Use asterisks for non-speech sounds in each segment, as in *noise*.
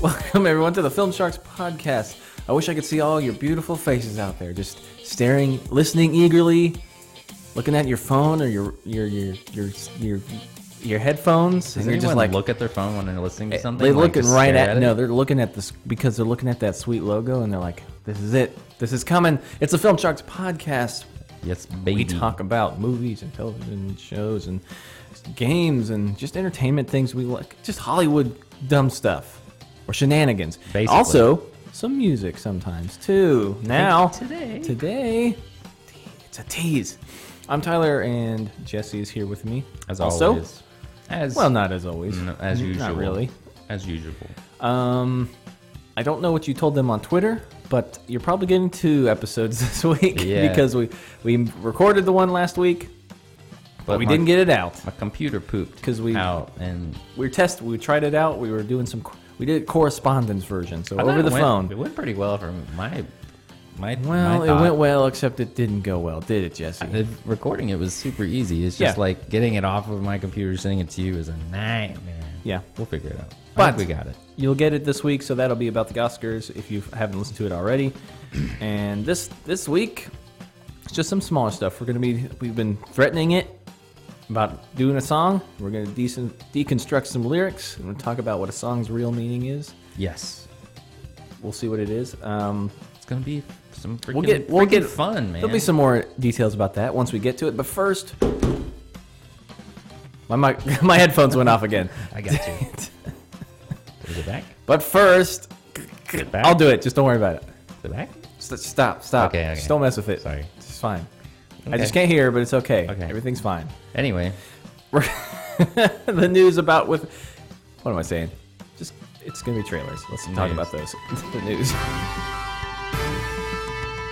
Welcome everyone to the Film Sharks podcast. I wish I could see all your beautiful faces out there, just staring, listening eagerly, looking at your phone or your your your your your, your headphones, Does and you're anyone just like look at their phone when they're listening to something? they're Like, looking just right stare at, it? no, they're looking at this because they're looking at that sweet logo and they're like, this is it, this is coming. It's a Film Sharks podcast. Yes, baby. We talk about movies and television shows and games and just entertainment things we like, just Hollywood dumb stuff or shenanigans. Basically. Also, some music sometimes too. Now, today. today, it's a tease. I'm Tyler and Jesse is here with me. as also, always. As Well, not as always. no, as N- usual. Not really. As usual. Um, I don't know what you told them on Twitter, but you're probably getting two episodes *laughs* this week Yeah. because we we recorded the one last week, but, we my, didn't get it out. my computer pooped 'Cause we- out and We were test we tried it out. We were doing some we did a correspondence version, so I thought over it the went- It phone. went pretty well for my my. Well, my it thought. went well, except it didn't go well, did it, Jesse? The recording it was super easy. It's just Yeah. like getting it off of my computer, sending it to you is a nightmare. Yeah. we'll figure it out. But- I think we got it. You'll get it this week, so that'll be about the Oscars if you haven't listened to it *clears throat* already. and this this week, it's just some smaller stuff. We're gonna be we've been threatening it about doing a song. We're gonna decent deconstruct some lyrics and we'll talk about what a song's real meaning is. Yes, We'll see what it is. Um, it's gonna be some freaking we'll get we'll freaking get fun, man. There'll be some more details about that once we get to it. But first, my mic, *laughs* my headphones went off again. I got *laughs* you. Is it back? But first, Is it back? I'll do it. Just don't worry about it. Is it back? St- stop, stop. Okay, okay. Just don't mess with it. Sorry. It's fine. I Okay. just can't hear, but it's okay. Okay. Everything's fine. *laughs* Anyway, We're- the news about with what am I saying? Just it's gonna be trailers. Let's talk News. about those. *laughs* the news.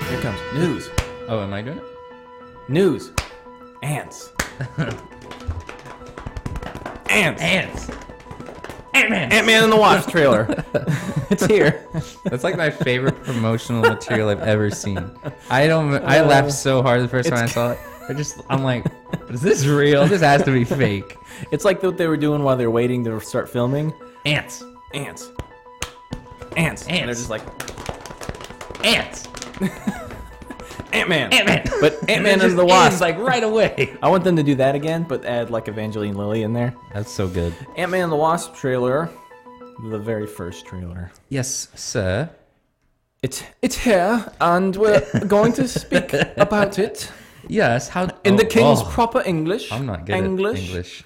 Here comes news. oh, am I doing it? News. Ants. Ants. Ants. Ant Man and the Wasp *laughs* trailer. it's here. That's like my *laughs* favorite promotional material I've ever seen. I don't. I laughed so hard the first time I saw it. I just. I'm like, is this real? This has to be fake. It's like what they were doing while they were waiting to start filming. Ants. Ants. Ants. And they're Ants. just like Ants. Ant Man. *laughs* Ant-Man. *laughs* But Ant Man It just and the Wasp. ends, like right away. I want them to do that again, but add like Evangeline Lilly in there. That's so good. Ant Man and the Wasp trailer, the very first trailer. Yes, sir. It's it's here, and *laughs* we're going to speak about it Yes. How in the oh, king's oh, proper English. I'm not good English. at English.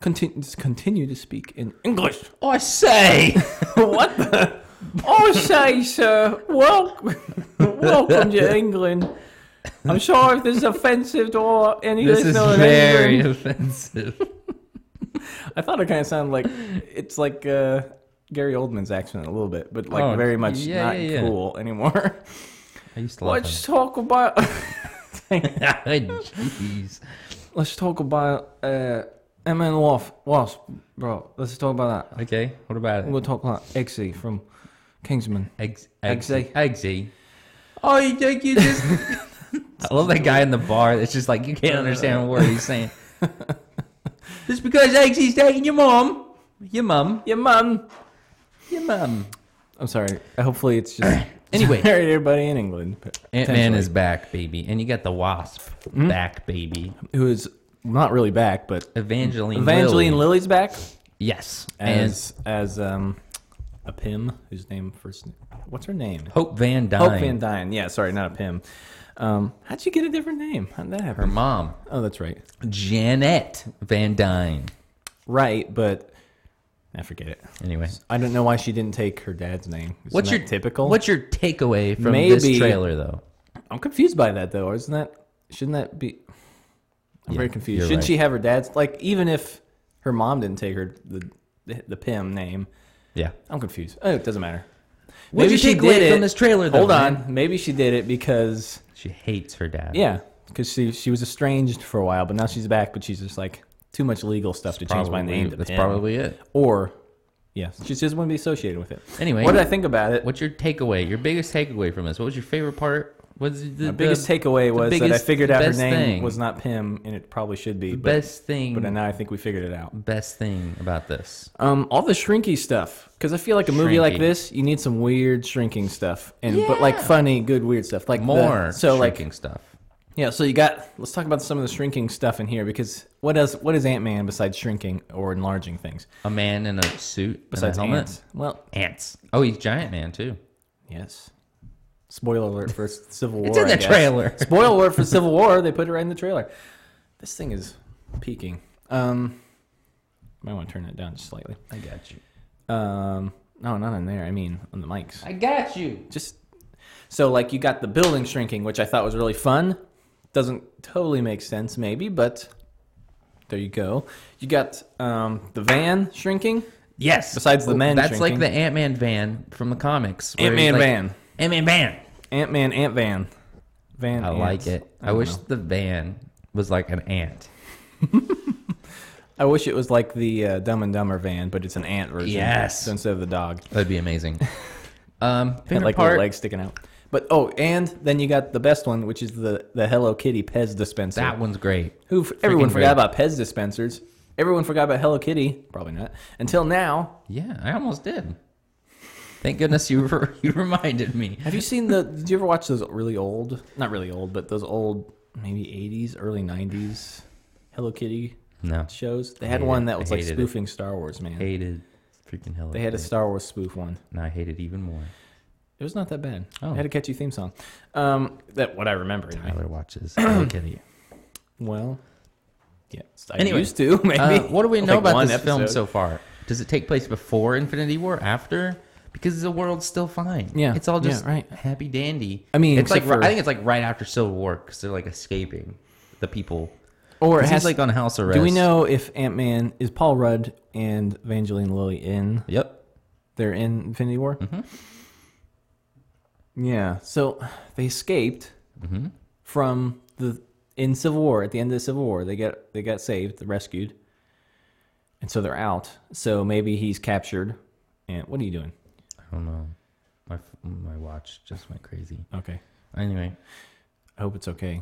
Continue, continue to speak in *laughs* English. Oh, I say. what the? I Oh, say, sir, welcome, welcome to England. I'm sorry if this is offensive to any *laughs* this is listener in very *laughs* England. offensive. I thought it kind of sounded like it's like uh, Gary Oldman's accent a little bit, but like Oh, very much yeah, not yeah, yeah. cool *laughs* anymore. I used to love Let's talk about *laughs* him. Jeez. let's talk about uh, MN Wasp, Wasp, bro. Let's talk about that. Okay. What about it? We'll talk about Eggsy from Kingsman. Eggs, Eggsy. eggsy. Eggsy. Oh, you think you just. *laughs* I love that guy in the bar that's just like, you can't understand a word he's saying. *laughs* just because Eggsy's taking your mom. Your mom. Your mum. Your mom. I'm sorry. Hopefully, it's just Anyway. married everybody in England. Ant Man potentially, Hmm? is back, baby. And you got the wasp back, baby. who is not really back, but Evangeline. Evangeline Lilly. Lilly's back Yes. And as as um a Pym whose name first what's her name Hope Van Dyne. Hope Van Dyne. Yeah, sorry, not a Pym. Um, how'd you get a different name? How'd that Her happen? mom, Oh, that's right. Janet Van Dyne. Right, but I forget it. Anyway. I don't know why she didn't take her dad's name. Isn't What's that your typical? What's your takeaway from Maybe- this trailer, though? I'm confused by that though. Isn't that shouldn't that be? I'm very Yeah, confused. you're Shouldn't right. she have her dad's like even if her mom didn't take her the the, the Pym name? Yeah. I'm confused. Oh, it doesn't matter. What'd you take away from this trailer, though, Hold on. man? Maybe she did it because She hates her dad. yeah, because she she was estranged for a while, but now she's back. But she's just like too much legal stuff to change my name. To That's Pym. probably it. or yeah, she just wouldn't be associated with it. Anyway. what did I think about it? What's your takeaway? Your biggest takeaway from this? What was your favorite part? What's the, My biggest takeaway was that I biggest- figured out her best name thing. was not Pim, and it probably should be. the But, best thing? but now I think we figured it out. best thing about this. Um, all the shrinky stuff, because I feel like a movie like Shrinky. this, you need some weird shrinking stuff, and but like Yeah. funny, good weird stuff, like the- More so shrinking like stuff. yeah, so you got let's talk about some of the shrinking stuff in here because what does what is Ant Man besides shrinking or enlarging things A man in a suit besides besides and a helmet. ants? Well, Ants. Oh, he's giant man too. yes. Spoiler alert for *laughs* Civil War. It's in I the guess. *laughs* trailer. Spoiler alert for Civil War. They put it right in the trailer. This thing is peaking. Um, might want to turn it down just slightly. I got you. Um, no, not in there. I mean, on the mics. I got you. just so like you got the building shrinking, which I thought was really fun. Doesn't totally make sense, maybe, but there you go. You got um, the van shrinking. Yes. Besides the man That's shrinking. like the Ant Man van from the comics. where Ant Man he's like, van, Ant Man van. Ant Man Ant van, van. I ants. like it. I, don't wish know. the van was like an ant. I wish it was like the uh, Dumb and Dumber van, but it's an ant version. Yes. so instead of the dog, That'd *laughs* be amazing. Um, had favorite like part. little legs sticking out. But oh, and then you got the best one, which is the the Hello Kitty Pez dispenser. that one's great. Who everyone Freaking forgot great. about Pez dispensers. Everyone forgot about Hello Kitty. Probably not until now. Yeah, I almost did. Thank goodness you were, *laughs* you reminded me. Have you seen the? *laughs* did you ever watch those really old? Not really old, but those old maybe '80s, early '90s Hello Kitty No, shows. They had hated one it. that I was like hated it. spoofing Star Wars. Man, hated freaking hell. they had a Star Wars spoof one. and I hate it even more. It was not that bad. Oh. It had a catchy theme song. Um, that what I remember. Anyway. *clears throat* Tyler watches Hello Kitty. Well, yeah, I Anyway. used to *laughs* maybe. Uh, what do we Like know about one this film episode. so far? Does it take place before Infinity War? After? Because the world's still fine. Yeah, it's all yeah, just right. happy dandy. I mean, it's like except for- I think it's like right after Civil War because they're like escaping the people. or it He's has like on house arrest. Do we know if Ant Man is Paul Rudd and Evangeline Lilly in? Yep. They're in Infinity War. Mm-hmm. Yeah, so they escaped Mm-hmm. from the in Civil War. At the end of the Civil War, they got they got saved, rescued, and so they're out. So maybe he's captured. And what are you doing? I don't know. My f- my watch just went crazy. Okay, Anyway, I hope it's okay.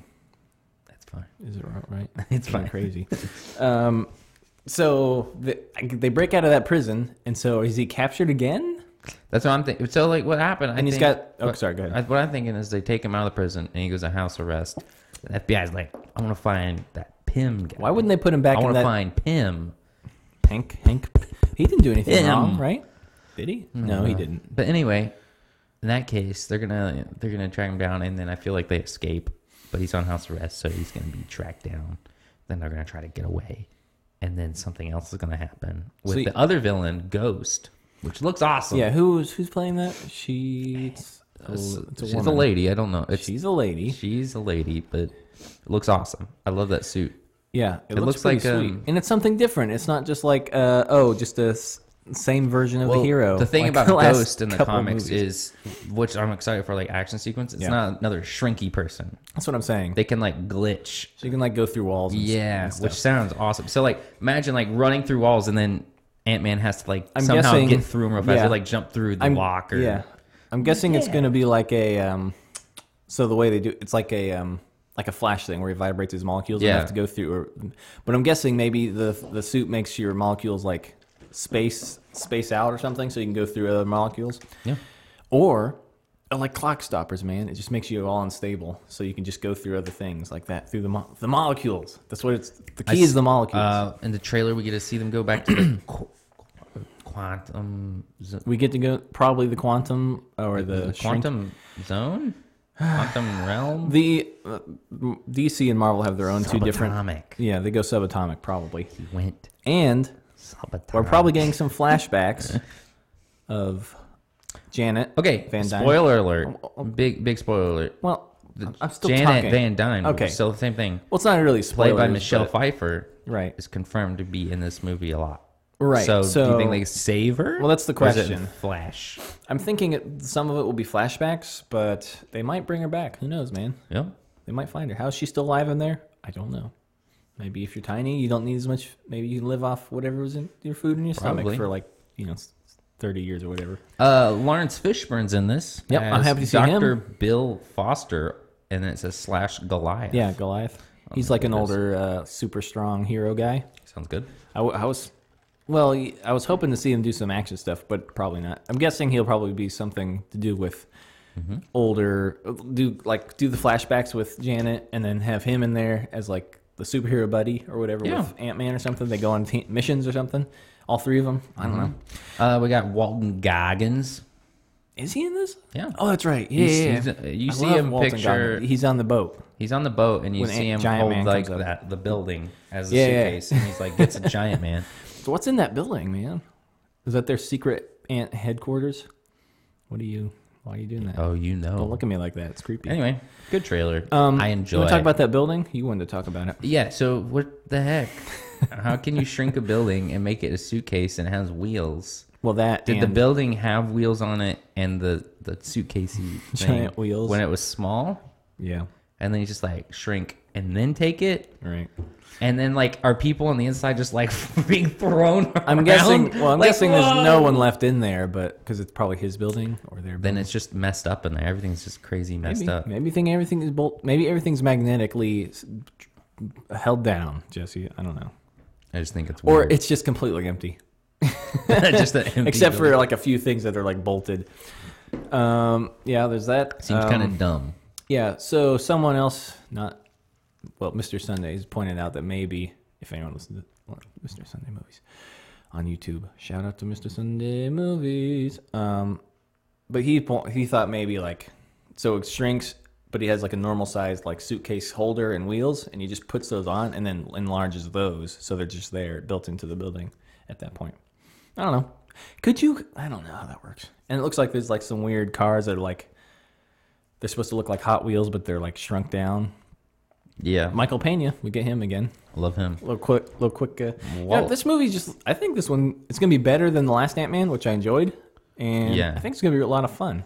that's fine. Is it all right? *laughs* It's kind fine. of crazy. um, so the, they break out of that prison, and so is he captured again? That's what I'm thinking. So like, what happened? I And he's think- got. Oh, what- sorry. Go ahead. I, what I'm thinking is they take him out of the prison and he goes to house arrest. The FBI's like, I want to find that Pim guy. Why wouldn't they put him back I in want to that find Pim? Hank? Hank? He didn't do anything Him. wrong, right? Did he? Mm-hmm. No, he didn't. But anyway, in that case, they're gonna they're gonna track him down, and then I feel like they escape. But he's on house arrest, so he's gonna be tracked down. Then they're gonna try to get away, and then something else is gonna happen with So you- the other villain, Ghost, which looks awesome. Yeah, who's who's playing that? She. It's, a- It's- it's a Uh, she's woman. a lady. I don't know. It's, She's a lady. she's a lady, but it looks awesome. I love that suit. Yeah, it, looks, looks pretty like, sweet, um, and it's something different. It's not just like uh, oh, just a s- same version of the hero. The thing like *laughs* about the last Ghost in the couple comics movies. is, which I'm excited for, like action sequence. It's Yeah. not another shrinky person. that's what I'm saying. They can like glitch. so you can like go through walls. And s- Yeah, and stuff. which sounds awesome. So like, imagine like running through walls and then Ant Man has to like I'm somehow guessing- get through them real fast. yeah. Or, like jump through the I'm- lock or Yeah, I'm guessing it's Yeah. going to be like a. Um, so the way they do it's like a um, like a flash thing where he vibrates his molecules and Yeah. have to go through. Or, but I'm guessing maybe the the suit makes your molecules like space space out or something, so you can go through other molecules. Yeah. Or, or like clock stoppers, man, it just makes you all unstable, so you can just go through other things like that through the mo- the molecules. That's what it's. The key is the molecules. Uh, in the trailer, we get to see them go back *clears throat* to the qu- quantum z- we get to go probably the quantum or the shrink- quantum zone, *sighs* quantum realm. The uh, m- DC and Marvel have their own two different. Subatomic. Yeah, they go subatomic probably, He went and subatomic. we're probably getting some *laughs* flashbacks of Janet. okay. Van Dyne. Oh, Spoiler alert! Big big spoiler alert. Well, I'm- I'm still Janet talking. Van Dyne. Okay. Okay, so the same thing. well, it's not really Played spoilers, by Michelle but- Pfeiffer right. is confirmed to be in this movie a lot. Right, So, do so- you think they save her? Well, that's the Or is it question. Flash. I'm thinking it, some of it will be flashbacks, but they might bring her back. Who knows, man? Yep. They might find her. How is she still alive in there? I don't know. Maybe if you're tiny, you don't need as much. Maybe you can live off whatever was in your food in your stomach Probably. for like you know, s- thirty years or whatever. Uh, Lawrence Fishburne's in this. Yep, I'm as happy to see Dr. him. Bill Foster, and then it says slash Goliath. Yeah, Goliath. He's like an there it is. older, uh, super strong hero guy. Sounds good. I, w- I was, well, y- I was hoping to see him do some action stuff, but probably not. I'm guessing he'll probably be something to do with Mm-hmm. older, uh, do like do the flashbacks with Janet, and then have him in there as like the superhero buddy or whatever Yeah. with Ant Man or something. They go on t- missions or something. All three of them. I don't know. Uh, we got Walton Goggins. Is he in this? Yeah. Oh, that's right. Yeah, He's- yeah, yeah. he's- uh, you I see love him Walton picture- Goggins. He's on the boat. He's on the boat, and you When see Ant- him Giant Man hold like comes up. that the building as a Yeah, yeah. suitcase, and he's like gets a giant man. So what's in that building, man? Is that their secret ant headquarters? What are you? Why are you doing that? *laughs* Oh, you Don't know. look at me like that. It's creepy. Anyway, good trailer. Um, I You enjoy. want to talk it. about that building? You wanted to talk about it. Yeah, so what the heck? How can you shrink a building and make it a suitcase and it has wheels? Well, that Did the and- building have wheels on it and the the suitcasey thing *laughs* Giant wheels. when it was small? Yeah. And then you just like shrink and then take it, Right. and then like are people on the inside just like *laughs* being thrown? I'm around? guessing. Well, I'm Like, guessing there's no *laughs* whoa! one left in there, but because it's probably his building or their. Then building. it's just messed up in there. Everything's just crazy messed maybe, up. maybe think everything is bolt. Maybe everything's magnetically s- held down, Jesse. I don't know. I just think it's Or *laughs* weird. *laughs* it's just completely empty. just an empty except for building. like a few things that are like bolted. Um, yeah, there's that. seems Um, kind of dumb. yeah. So someone else, not well, Mr. Sundays pointed out that maybe if anyone listens to well, Mr. Sunday movies on YouTube, shout out to Mr. Sunday movies. Um, but he po- he thought maybe like so it shrinks. But he has like a normal sized like suitcase holder and wheels, and he just puts those on and then enlarges those, so they're just there built into the building at that point. I don't know. Could you? I don't know how that works. And it looks like there's like some weird cars that are like they're supposed to look like Hot Wheels, but they're like shrunk down. Yeah, Michael Pena, we get him again. love him. A little quick, little quick. Uh, yeah, Whoa. this movie just. I think this one it's gonna be better than the last Ant Man, which I enjoyed, and Yeah. I think it's gonna be a lot of fun.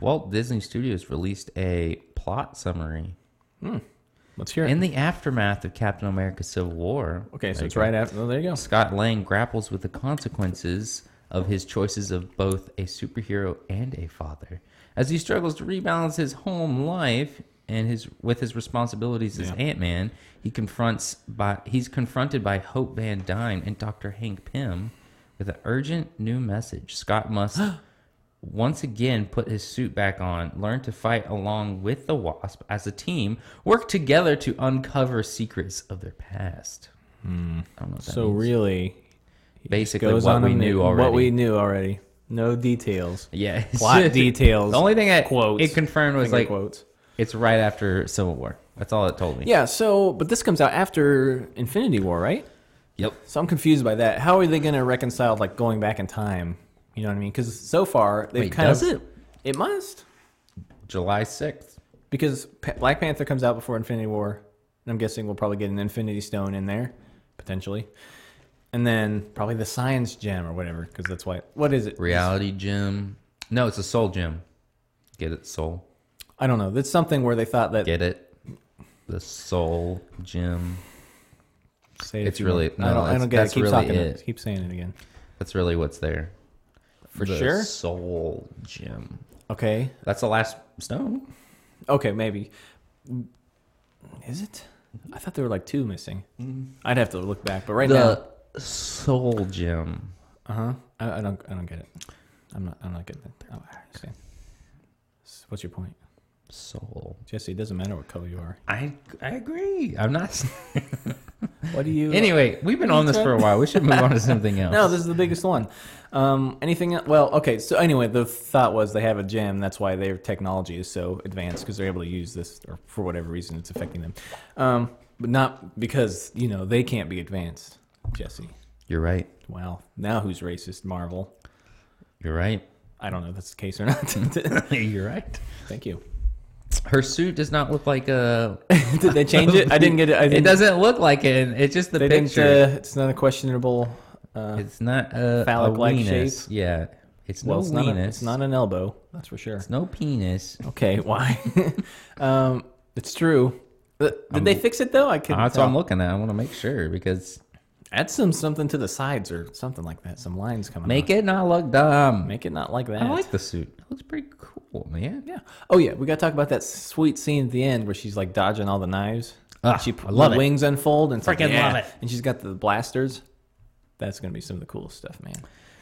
Walt Disney Studios released a plot summary Let's hear it. in the aftermath of Captain America: Civil War. okay, so There it's you go. right after. Oh, there you go. Scott Lang grapples with the consequences of his choices of both a superhero and a father, as he struggles to rebalance his home life and his with his responsibilities as Ant Man. He confronts by he's confronted by Hope Van Dyne and Dr. Hank Pym with an urgent new message. Scott must. Once again, put his suit back on, learn to fight along with the Wasp as a team, work together to uncover secrets of their past. I don't know what that So means really, basically goes what on we and knew what already. we knew already. No details. *laughs* yeah Plot details. The only thing I Quotes. it confirmed was Finger like quotes. it's right after Civil War. That's all it told me. Yeah. So, but this comes out after Infinity War, right? Yep. So I'm confused by that. How are they going to reconcile like going back in time? You know what I mean? Because so far they've Wait, kind does of it? it must July sixth. because Pa- Black Panther comes out before Infinity War, and I'm guessing we'll probably get an Infinity Stone in there potentially, and then probably the Science Gem or whatever because that's why what is it? Reality Gym. No, it's a Soul Gym. Get it, Soul. I don't know. That's something where they thought that Get it. The Soul Gym. say it it's if you really- want. no, I don't, I it's- don't get that's it. Keep really talking it. Keep saying it again. That's really what's there. For sure? Soul Gym. Okay, That's the last stone. Okay, maybe. Is it? I thought there were like two missing. I'd have to look back, but right now, The Soul Gym. uh huh. I, I don't, I don't get it. I'm not, I'm not getting it. Oh, I understand. S- What's your point, Soul. Jesse? It doesn't matter what color you are. I I agree. I'm not *laughs* What do you? Anyway, we've been on this for a while. We should move *laughs* on to something else. No, this is the biggest one. Um, anything? el- Well, okay. So anyway, the thought was they have a gem. That's why their technology is so advanced because they're able to use this, or for whatever reason, it's affecting them. Um, but not because you know they can't be advanced, Jesse. You're right. Well, now who's racist, Marvel? You're right. I don't know if that's the case or not. *laughs* *laughs* You're right. Thank you. *laughs* Her suit does not look like a. Did they *laughs* change it? I didn't get it. I didn't, It doesn't look like it. It's just the They didn't, picture. uh, it's not a questionable. Uh, it's not a, a phallic-like weenus. Yeah. It's well, no it's weenus. not, a, it's not an elbow. That's for sure. It's no penis. Okay, *laughs* why? um, it's true. Uh, Did they fix it though? I couldn't. That's what I'm tell. looking at. I want to make sure because Add some something to the sides or something like that. Some lines coming. Make off. it not look dumb. Make it not like that. I like the suit. It looks pretty cool, man. Yeah. Oh yeah, we got to talk about that sweet scene at the end where she's like dodging all the knives. Ah, And she I love the it. wings unfold and it's like, Freaking yeah. love it. And she's got the blasters. That's gonna be some of the coolest stuff, man.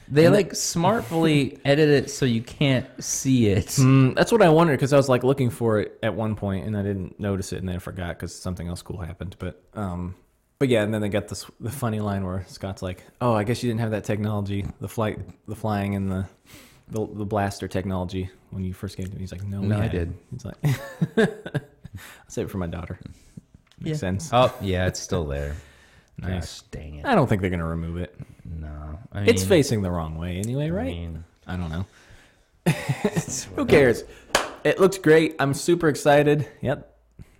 They like smartly *laughs* edit it so you can't see it. Mm, that's what I wondered because I was like looking for it at one point and I didn't notice it and then I forgot because something else cool happened. But um, but yeah, and then they got this the funny line where Scott's like, "Oh, I guess you didn't have that technology, the flight, the flying, and the the, the blaster technology when you first came to me." He's like, "No, we No, I had it." did. He's like, *laughs* "I saved it for my daughter." Makes Yeah. sense. Oh yeah, it's still there. Nice. Gosh, dang it. I don't think they're gonna remove it. No, I it's mean- facing the wrong way anyway, I right? mean, I don't know. *laughs* Who cares? It looks great. I'm super excited. Yep.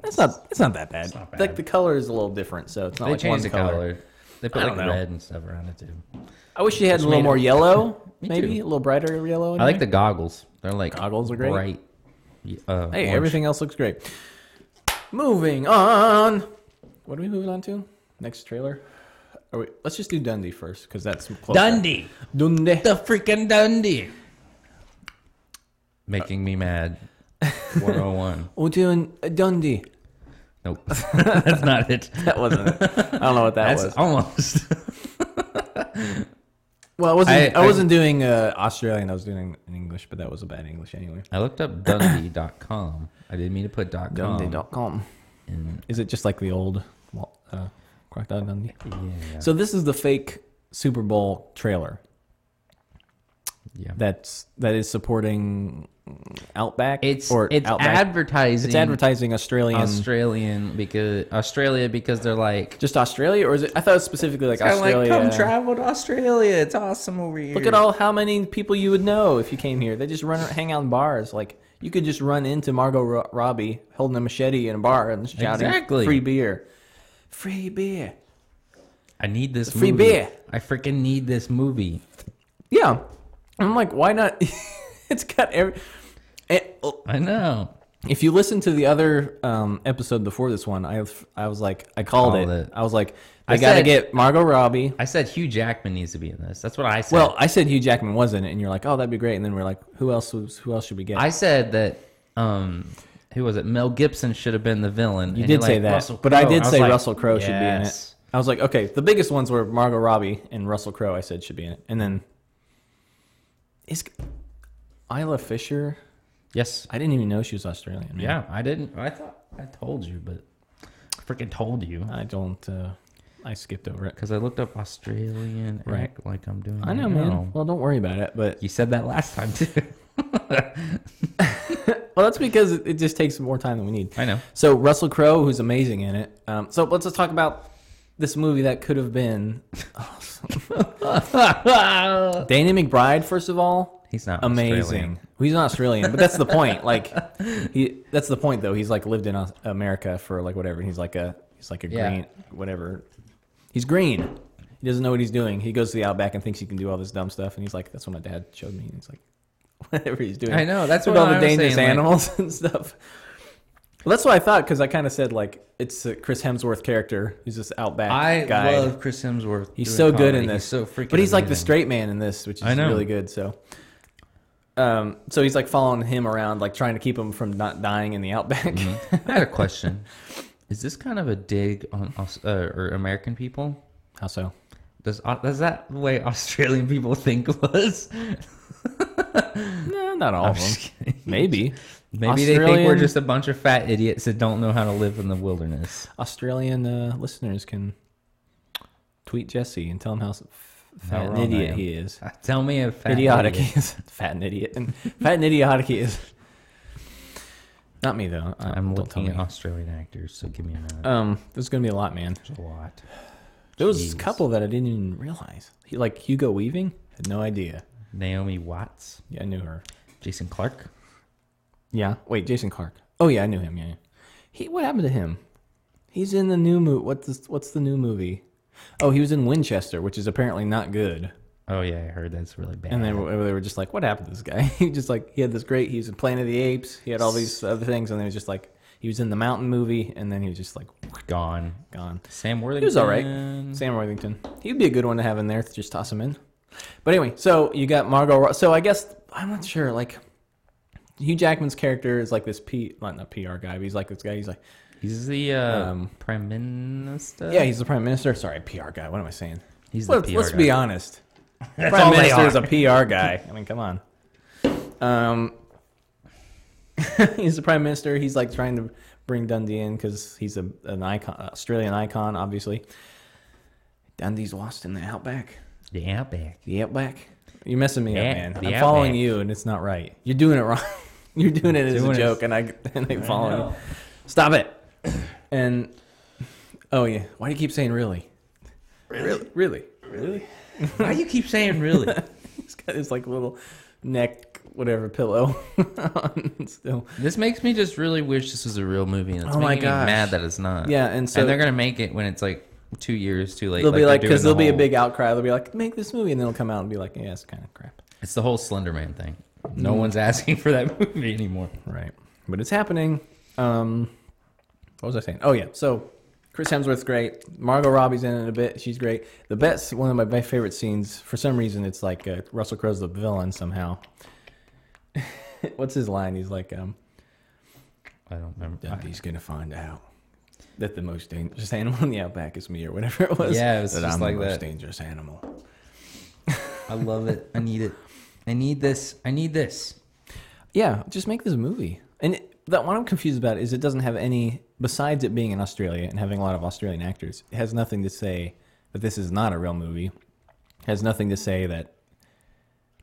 It's not. It's not that bad. not Like bad. the color is a little different, so it's not they like one changed the color. color. They put I like don't know. red and stuff around it too. I wish you had Just a little made more it- yellow, *laughs* Me maybe too. a little brighter yellow. in I like the there. goggles. They're like Goggles are great. Bright. y- Uh, Hey, orange. everything else looks great. Moving on. What are we moving on to? Next trailer. Are we, let's just do Dundee first, because that's close. Dundee, Dundee. the freaking Dundee, making me *laughs* mad. One hundred one. We're doing uh, Dundee. *laughs* Nope, that's not it. That wasn't it. I don't know what that *laughs* That's was. almost. Well, I wasn't. I, I- I- wasn't doing uh, Australian. I was doing in English, but that was a bad English anyway. I looked up Dundee.com. I didn't mean to put dot .com. Dundee.com. Um, in- Is it just like the old well, uh, Crocodile Dundee? yeah, So this is the fake Super Bowl trailer yeah. that's that is supporting Outback. It's or it's Outback. advertising. it's advertising Australian, Australian because Australia because they're like just Australia, or is it? I thought it was specifically like Kinda like, Australia. come travel to Australia. It's awesome over here. Look at all how many people you would know if you came here. They just run hang out in bars. Like you could just run into Margot Ro- Robbie holding a machete in a bar and shouting Exactly. free beer. Free beer. I need this free movie. beer. I freaking need this movie. Yeah. I'm like, why not? *laughs* it's got every it, I know. if you listen to the other um, episode before this one, I I was like I called, Called it. it. I was like I I got to said- get Margot Robbie. I said Hugh Jackman needs to be in this. That's what I said. Well, I said Hugh Jackman was in it, and you're like, oh, that'd be great. And then we're like, who else was, who else should we get? I said that. Um, who was it? Mel Gibson should have been the villain. You did say that, but I did say Russell Crowe should be in it. I was like, okay, the biggest ones were Margot Robbie and Russell Crowe. I said should be in it, and then is Isla Fisher? Yes. I didn't even know she was Australian. man. Yeah, I didn't. I thought I told you, but I freaking told you I don't. Uh, I skipped over it. because I looked up Australian. Right. act like I'm doing. I know, right now. man. Well, don't worry about it. But You said that last time too. *laughs* well, that's because it, it just takes more time than we need. I know. So Russell Crowe, who's amazing in it. Um, so let's just talk about this movie that could have been Danny McBride. First of all, He's not Ah! amazing. Australian. Well, He's not Australian, but that's the *laughs* point. Like, he that's the point though. He's like lived in Aus- America for like whatever. and He's like a he's like a Yeah. green whatever. He's green. He doesn't know what he's doing. He goes to the outback and thinks he can do all this dumb stuff, and he's like, "That's what my dad showed me." And he's like, *laughs* "Whatever he's doing." I know, that's with what all the I was dangerous saying, like- animals *laughs* and stuff. Well, that's what I thought because I kind of said like it's a Chris Hemsworth character who's this outback I guy. love Chris Hemsworth. He's doing so good comedy. in this. He's so freaking. But he's like the amazing. straight man in this, which is I know. really good. So, um, so he's like following him around, like trying to keep him from not dying in the outback. *laughs* I had a question. Is this kind of a dig on Aus- uh, or American people? How so? Does Au- does that the way Australian people think *laughs* was? No, not all of them. just kidding. Maybe. Maybe they think we're Australian- just a bunch of fat idiots that don't know how to live in the wilderness. Australian uh, listeners can tweet Jesse and tell him how, s- f- How fat an wrong I idiot am. he is. Uh, Tell me a fat idiotic idiot. he is. fat and idiot. And *laughs* fat and idiotic he is. Not me though. Uh, I'm *laughs* don't tell looking me. at Australian actors, so give me a minute. Um, there's gonna be a lot, man. There's a lot. There was a Jeez. couple that I didn't even realize. He, like Hugo Weaving, had no idea. Naomi Watts, Yeah, I knew her. Jason Clark. Yeah. Wait, Jason Clark. Oh yeah, I knew him. Yeah. yeah. He. What happened to him? He's in the new movie. What's this, what's the new movie? Oh, he was in Winchester, which is apparently not good. Oh yeah, I heard that's really bad. And they were, they were just like, "What happened to this guy?" *laughs* He just like he had this great. He was in Planet of the Apes. He had all these other things, and then he was just like he was in the Mountain movie, and then he was just like, Gone. Gone. Sam Worthington. He was all right. Sam Worthington. He'd be a good one to have in there. to Just toss him in. But anyway, so you got Margot. Ro- so I guess I'm not sure. Like Hugh Jackman's character is like this P, not not PR guy. But he's like this guy. He's like, He's the uh, Um, prime minister. yeah, he's the prime minister. Sorry, PR guy. What am I saying? He's the Let's, PR let's guy. be *laughs* honest. prime all they minister is are. a PR guy. I mean, come on. Um, *laughs* he's the prime minister. He's like trying to bring Dundee in because he's a, an icon, Australian icon, obviously. Dundee's lost in the outback. The outback. The Outback. You're messing me Yeah, up, man. the I'm Outback. following you, and it's not right. You're doing it wrong. *laughs* You're doing it as Doing a it joke, and I and I follow you. Stop it. And oh yeah, why do you keep saying really? Really, really, really? Why do you keep saying really? He's got his like little neck, whatever pillow *laughs* on still. *laughs* this makes me just really wish this was a real movie. And it's Oh my making me gosh. mad that it's not. Yeah, and so and they're gonna make it when it's like two years too late. they'll be they're like, because there'll doing the be a whole- big outcry. They'll be like, make this movie, and then it'll come out and be like, yeah, it's kind of crap. It's the whole Slender Man thing. Mm. No one's *laughs* asking for that movie anymore. Right. But it's happening. Um, what was I saying? Oh, yeah. So Chris Hemsworth's great. Margot Robbie's in it a bit. She's great. The best, one of my ba- favorite scenes, for some reason, it's like uh, Russell Crowe's the villain somehow. *laughs* What's his line? He's like, um, I don't remember. Dundee's going to find out that the most dangerous animal in the outback is me or whatever it was. Yeah, it was that just I'm like the most that. dangerous animal. I love it. I need it. I need this. I need this. Yeah, just make this movie. And it, that what I'm confused about is it doesn't have any besides it being in Australia and having a lot of Australian actors. It has nothing to say that this is not a real movie. It has nothing to say that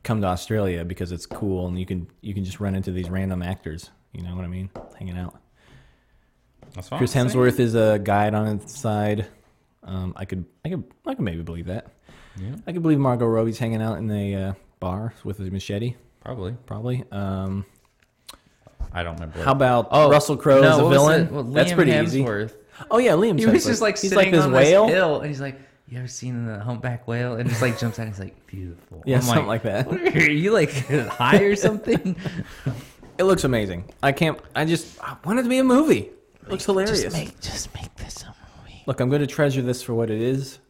come to Australia because it's cool and you can you can just run into these random actors. You know what I mean? Hanging out. That's what Chris I'm saying. Hemsworth is a guide on his side. Um, I could I could I could maybe believe that. Yeah, I could believe Margot Robbie's hanging out in a uh, bar with a machete, probably. probably. Um, I don't remember. How about Oh, Russell Crowe as a villain? That's pretty easy. Oh yeah, Liam. He was Hemsworth. just like he's sitting like this on whale. this hill, and he's like, "You ever seen the humpback whale?" And just like jumps out, and he's like, "Beautiful." Yeah, I'm something like that. *laughs* "What are you like high *laughs* or something? It looks amazing. I can't. I just I want it to be a movie. It looks hilarious. just make, just make this a movie. Look, I'm going to treasure this for what it is,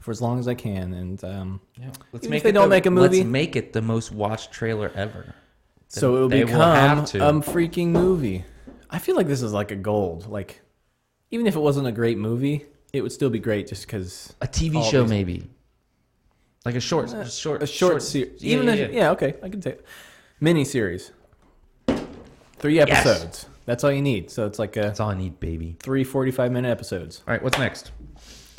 for as long as I can. And um, Yeah, Even if they don't make a movie- Let's make it the most watched trailer ever. so it will they will have become to. a freaking movie. I feel like this is like a gold. Like even if it wasn't a great movie, it would still be great just because A TV All show, these- Uh, maybe. Like a short, short, a short, series. Yeah, even yeah, if yeah. yeah. okay, I can take mini series. Three episodes. That's all you need. So it's like a that's all I need, baby. three 45 minute episodes. All right, what's next?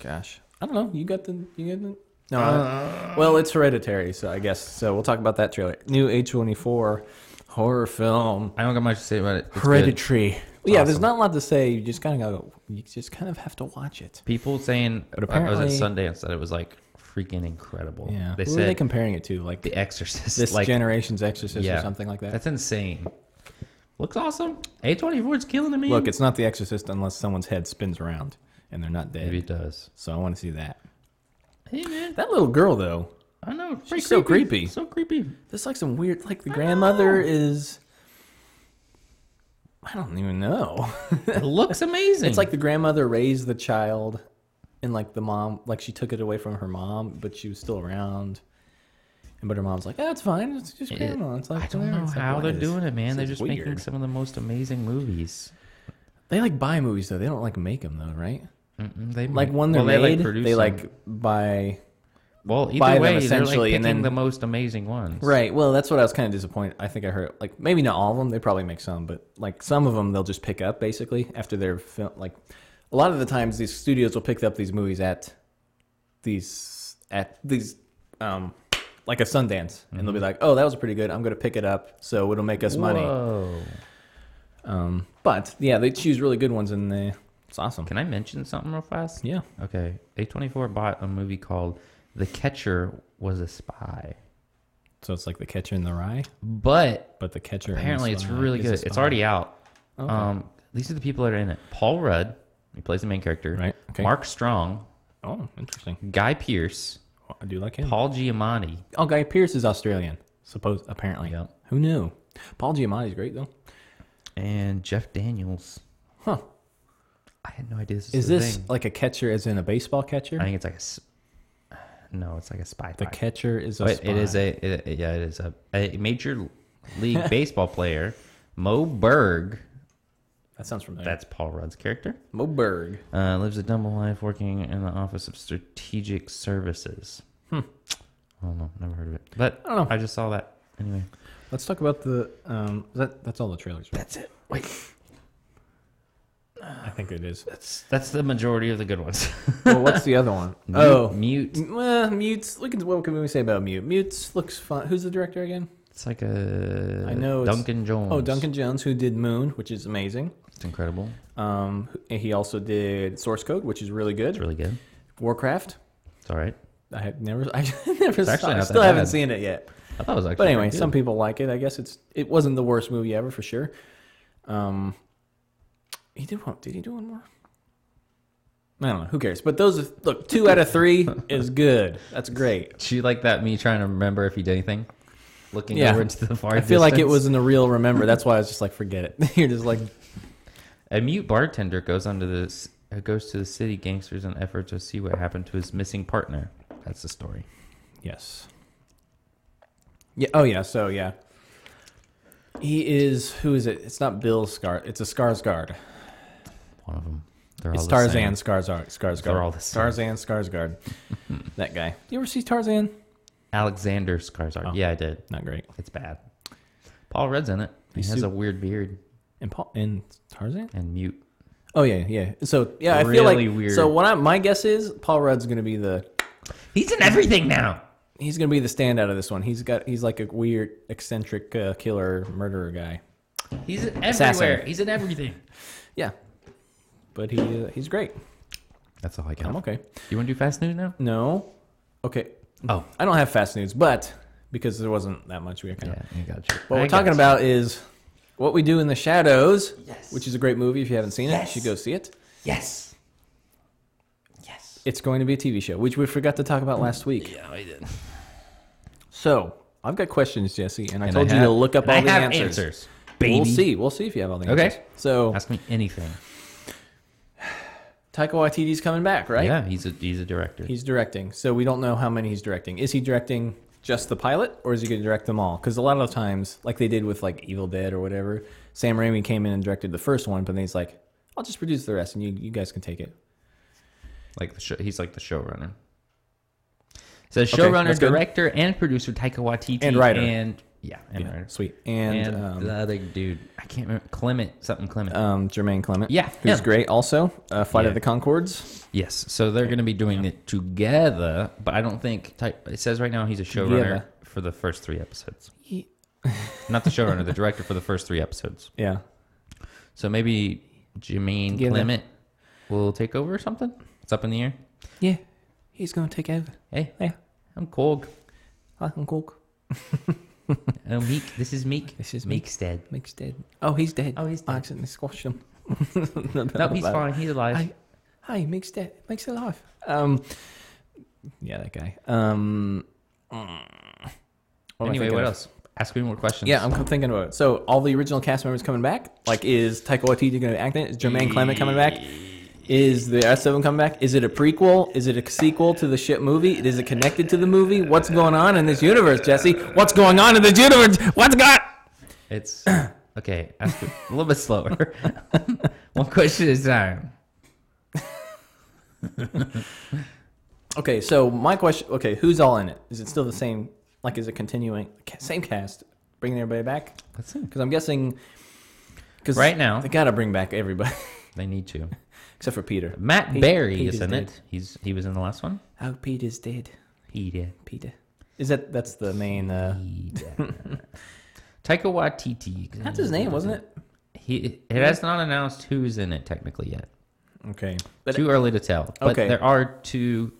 Gosh, I don't know. You got the you got the no. Uh. I- well, it's hereditary, so I guess so. We'll talk about that trailer. New A twenty four horror film. I don't got much to say about it. It's good. Hereditary. Yeah, there's Awesome. not a lot to say. You just kind of go. You just kind of have to watch it. People saying But I was at apparently- Sundance that it was like freaking incredible. Yeah. they Who said are they comparing it to? Like The Exorcist. this like, generation's Exorcist yeah. or something like that. That's insane. Looks awesome. A twenty four is killing me. Look, it's not the Exorcist unless someone's head spins around and they're not dead. maybe it does. So I want to see that. Hey man, That little girl though, I know. it's pretty She's so creepy. So creepy. There's like some weird, like the I grandmother know. is. I don't even know. *laughs* It looks amazing. it's like the grandmother raised the child, and like the mom, like she took it away from her mom, but she was still around. And but her mom's like, "Oh, it's fine. It's just It- grandma." It's like I don't whatever. know It's like, how what they're is- doing it, man. this They're is just making weird. some of the most amazing movies. They like buy movies though. They don't like make them though, right? Mm-mm, They Like make- when they're Hmm. well, they made, like produce they them. like buy. well either buy them way, they're like essentially, picking and then- the most amazing ones. Right. Well, that's what I was kind of disappointed. I think I heard like maybe not all of them. They probably make some, but like some of them they'll just pick up basically after they're film. Like a lot of the times, these studios will pick up these movies at these at these um like a Sundance, and they'll Mm-hmm. be like, "Oh, that was pretty good. I'm going to pick it up, so it'll make us money." Whoa. Um, but yeah, they choose really good ones, and they, it's awesome. Can I mention something real fast? Yeah. Okay. A24 bought a movie called The Catcher Was a Spy. So it's like the catcher in the rye, But but the catcher in the apparently it's Spy really is a good. It's spy. already out. Okay. Um, these are the people that are in it. Paul Rudd, he plays the main character. Right, okay. Mark Strong, oh interesting. Guy Pierce, Well, I do like him. Paul Giamatti. Oh, Guy Pierce is Australian, suppose apparently. Yep. Who knew? Paul Giamatti's great though. And Jeff Daniels. Huh. I had no idea this was Is a this thing. like a catcher, as in a baseball catcher? I think it's like a. s- No, it's like a spy. the thing. catcher is a. But it is spy. a it, it- yeah, it is a, a major league baseball player, Mo *laughs* Berg. That sounds familiar. That's Paul Rudd's character. Moberg. Uh, lives a double life working in the Office of Strategic Services. Hmm. I don't know. Never heard of it. But I don't know. I just saw that. Anyway. Let's talk about the. Um, that that's all the trailers. Right? That's it. Wait. I think it is. That's that's the majority of the good ones. *laughs* well, what's the other one? Oh, Mute. M- well, mutes. Look at what can we say about mute? Mutes looks fun. Who's the director again? It's like a. I know it's- Duncan Jones. Oh, Duncan Jones, who did Moon, which is amazing. It's incredible. Um, and he also did Source Code, which is really good. It's really good. Warcraft. It's all right. I have never, *laughs* I never, actually saw, not I that still haven't bad. seen it yet. I thought it was actually. But anyway, pretty good. some people like it. I guess it's it wasn't the worst movie ever for sure. Um, he did one. Did he do one more? I don't know. Who cares? But those look two out of *laughs* three is good. That's great. She like that me trying to remember if he did anything. Looking Yeah. over into the far I feel like it distance. wasn't a real remember. That's why I was just like, forget it. *laughs* You're just like, a mute bartender goes under this uh, goes to the city gangsters in an effort to see what happened to his missing partner. That's the story. yes. Yeah. Oh yeah. So yeah. He is who is it? It's not Bill Scar. It's a Skarsgård. One of them. They're It's all the Tarzan same. Skarsgård. Skarsgård. They're all the same. Tarzan *laughs* Skarsgård. that guy. You ever see Tarzan? Alexander Skarsgård. Oh. Yeah, I did. Not great. It's bad. Paul Rudd's in it. He He's has su- a weird beard And Paul and Tarzan. and mute. Oh yeah, yeah. So yeah, I feel like Really weird. so. What I my guess is Paul Rudd's gonna be the He's in everything now. he's gonna be the standout of this one. He's got he's like a weird eccentric uh, killer murderer guy. He's in everywhere. Assassin. He's in everything. Yeah, but he uh, he's great. That's all I got. I'm okay. You want to do fast news now? No, okay. Oh, I don't have fast news, but because there wasn't that much, we kind of yeah. I got you. What I we're got talking you. about is what we do in the shadows, Yes. which is a great movie. If you haven't seen it, Yes. you should go see it. Yes. Yes. It's going to be a TV show, which we forgot to talk about last week. Yeah, I did. So I've got questions, Jesse, and I And told I you to have- look up and all I the have answers. answers, We'll baby. see. We'll see if you have all the Okay. answers. So Ask me anything. Taika Waititi's coming back, right? Yeah, he's a he's a director. He's directing. So we don't know how many he's directing. Is he directing just the pilot, or is he going to direct them all? Because a lot of times, like they did with like Evil Dead or whatever, Sam Raimi came in and directed the first one, but then he's like, "I'll just produce the rest, and you you guys can take it." like the show, he's like the showrunner. So showrunner, showrunner, director, and producer Taika Waititi, And writer. and yeah, and writer, Sweet. And, and um, the other dude, I can't remember Clement something Clement. um, Jermaine Clement. Yeah, Who's him. great also. Uh, Flight Yeah. of the Concords. yes, so they're going to be doing it together, but I don't think Ty- it says right now he's a showrunner Together. for the first *laughs* three episodes. Not the showrunner, the director for the first three episodes. Yeah. So maybe Jermaine Together. Clement will take over or something. It's up in the air. Yeah. He's going to take over. Hey, Yeah. I'm Korg. I'm Cork. Oh, Meek. This is Meek. This is Meek. Meekstead. Mick's dead. Oh, he's dead. Oh, he's I dead. accidentally squashed him. *laughs* No, he's fine. He's alive. I, hey, Mick's dead. Mick's alive. Um, yeah, that guy. Um, am I anyway, thinking what of? else? Ask me more questions. Yeah, I'm c- thinking about it. So all the original cast members coming back. Like, is Taika Waititi going to act in it? Is Jermaine Clement coming back? Is the rest of them coming back? Is it a prequel? Is it a sequel to the shit movie? Is it connected to the movie? What's going on in this universe, Jesse? What's going on in this universe? What's got? It's *clears throat* okay. Ask me a little bit slower. *laughs* One question at a time. Okay, so my question. Okay, who's all in it? Is it still the same? Like, is it continuing? ca- Same cast, bringing everybody back? Let's see. Because I'm guessing. Cause Right now. they gotta bring back everybody *laughs* They need to. except for Peter. Matt Pete- Berry Pete is in dead. it. He's he was in the last one. Oh, Peter's dead. He did. Peter. Is that that's the main? Uh, He did. *laughs* Taika Waititi. that's his name, wasn't it? He it has not announced who's in it technically yet. Okay, but Too early to tell. But Okay. there are two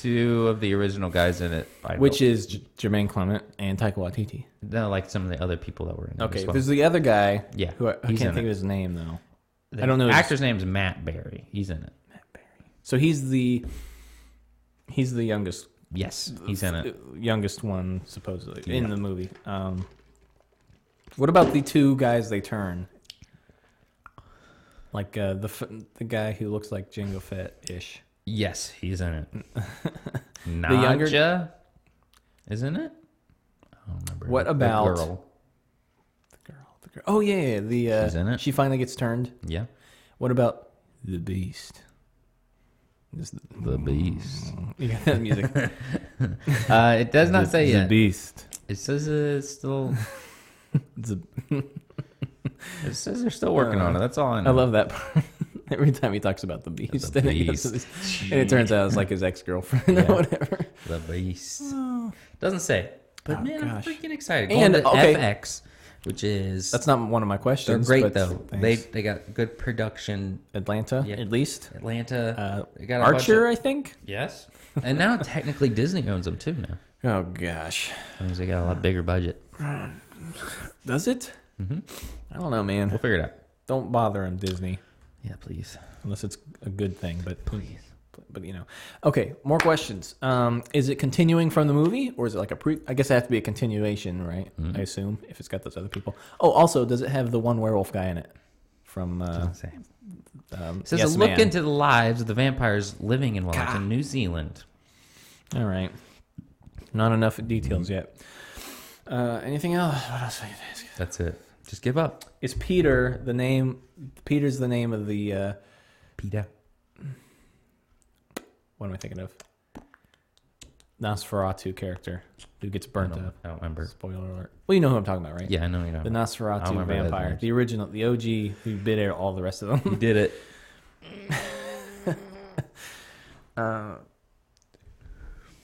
two of the original guys in it. I which hope. is J- Jermaine Clement and Taika Waititi. no, like some of the other people that were in it. Okay, as well. there's the other guy. Yeah, who I, I he's can't in think it. of his name though. The I don't know his- Actor's name's Matt Berry. He's in it. So he's the he's the youngest uh, Yes, he's in it. youngest one supposedly in Yeah. the movie. Um, what about the two guys they turn? like uh, the f- the guy who looks like Django Fett ish. Yes, he's in *laughs* it. Naja, younger- isn't it? I don't remember. What The about- girl? The girl, the girl. Oh yeah, yeah. The uh, She's in it. she finally gets turned. Yeah, What about the Beast? Just the Beast. yeah, that *laughs* music. Uh, it does not say the yet. Beast. It says uh, it's still. *laughs* The- *laughs* It says they're still working on it. That's all I know. I love that part. *laughs* Every time he talks about the Beast, *laughs* The and, it goes to Beast. this- and it turns out it's like his ex girlfriend Yeah. or whatever. the Beast. Doesn't say. But Oh, man, gosh. I'm freaking excited. And, Going to okay. FX, which is That's not one of my they're questions. great but though. They thanks. they got good production. Atlanta, Yeah. at least. Uh, Atlanta. they got a bunch Archer, of- I think. yes. *laughs* And now technically Disney owns them too now. Oh gosh, *sighs* Means they got a lot bigger budget. Mm-hmm. does it? I don't know, man. We'll figure it out. Don't bother on Disney Yeah, please. unless it's a good thing. But Please. but you know, okay. More questions. Um, is it continuing from the movie, or is it like a pre? I guess it has to be a continuation, right? Mm-hmm. I assume if it's got those other people. Oh, also, does it have the one werewolf guy in it from? Uh, Let's see. um, It says yes, a look Man? into the lives of the vampires living in Wellington, New Zealand. All right. Not enough details Mm-hmm. yet. Uh, anything else? What else I can ask? That's it. Just give up. Is Peter the name? Peter's the name of the. Uh, Peter. what am I thinking of? Nosferatu character who gets I burnt don't, up. I don't remember. Spoiler alert. Well, you know who I'm talking about, right? Yeah, I know you The don't. I Nosferatu remember that vampire, much. the original, the OG who bit out all the rest of them. You *laughs* did it. *laughs* Uh,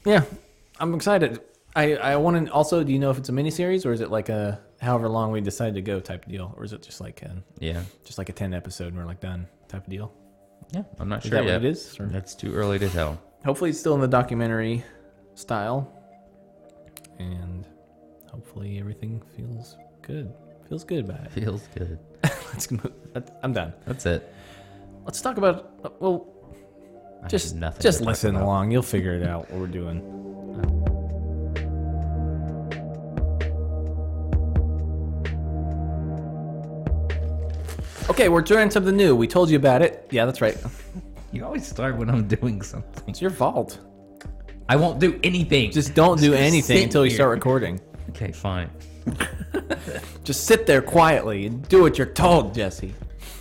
yeah, I'm excited. I I want to also. Do you know if it's a miniseries or is it like a however long we decide to go type deal, or is it just like a, Yeah. just like a ten episode and we're like done type of deal? Yeah. I'm not Is sure that yet. what it is? Or- That's too early to tell. *laughs* Hopefully, it's still in the documentary style, and hopefully everything feels good. Feels good about it. *laughs* Feels good. Let's move. that's- I'm done. That's it. Let's talk about well, I just have nothing. Just to talk listen about. along. You'll figure it out what we're doing. *laughs* Okay, we're trying something new. We told you about it. Yeah, that's right. You always start when I'm *laughs* doing something. It's your fault. I won't do anything. Just don't do gonna anything sit until you here. start recording. okay. Fine. Just sit there quietly and do what you're told, Jesse.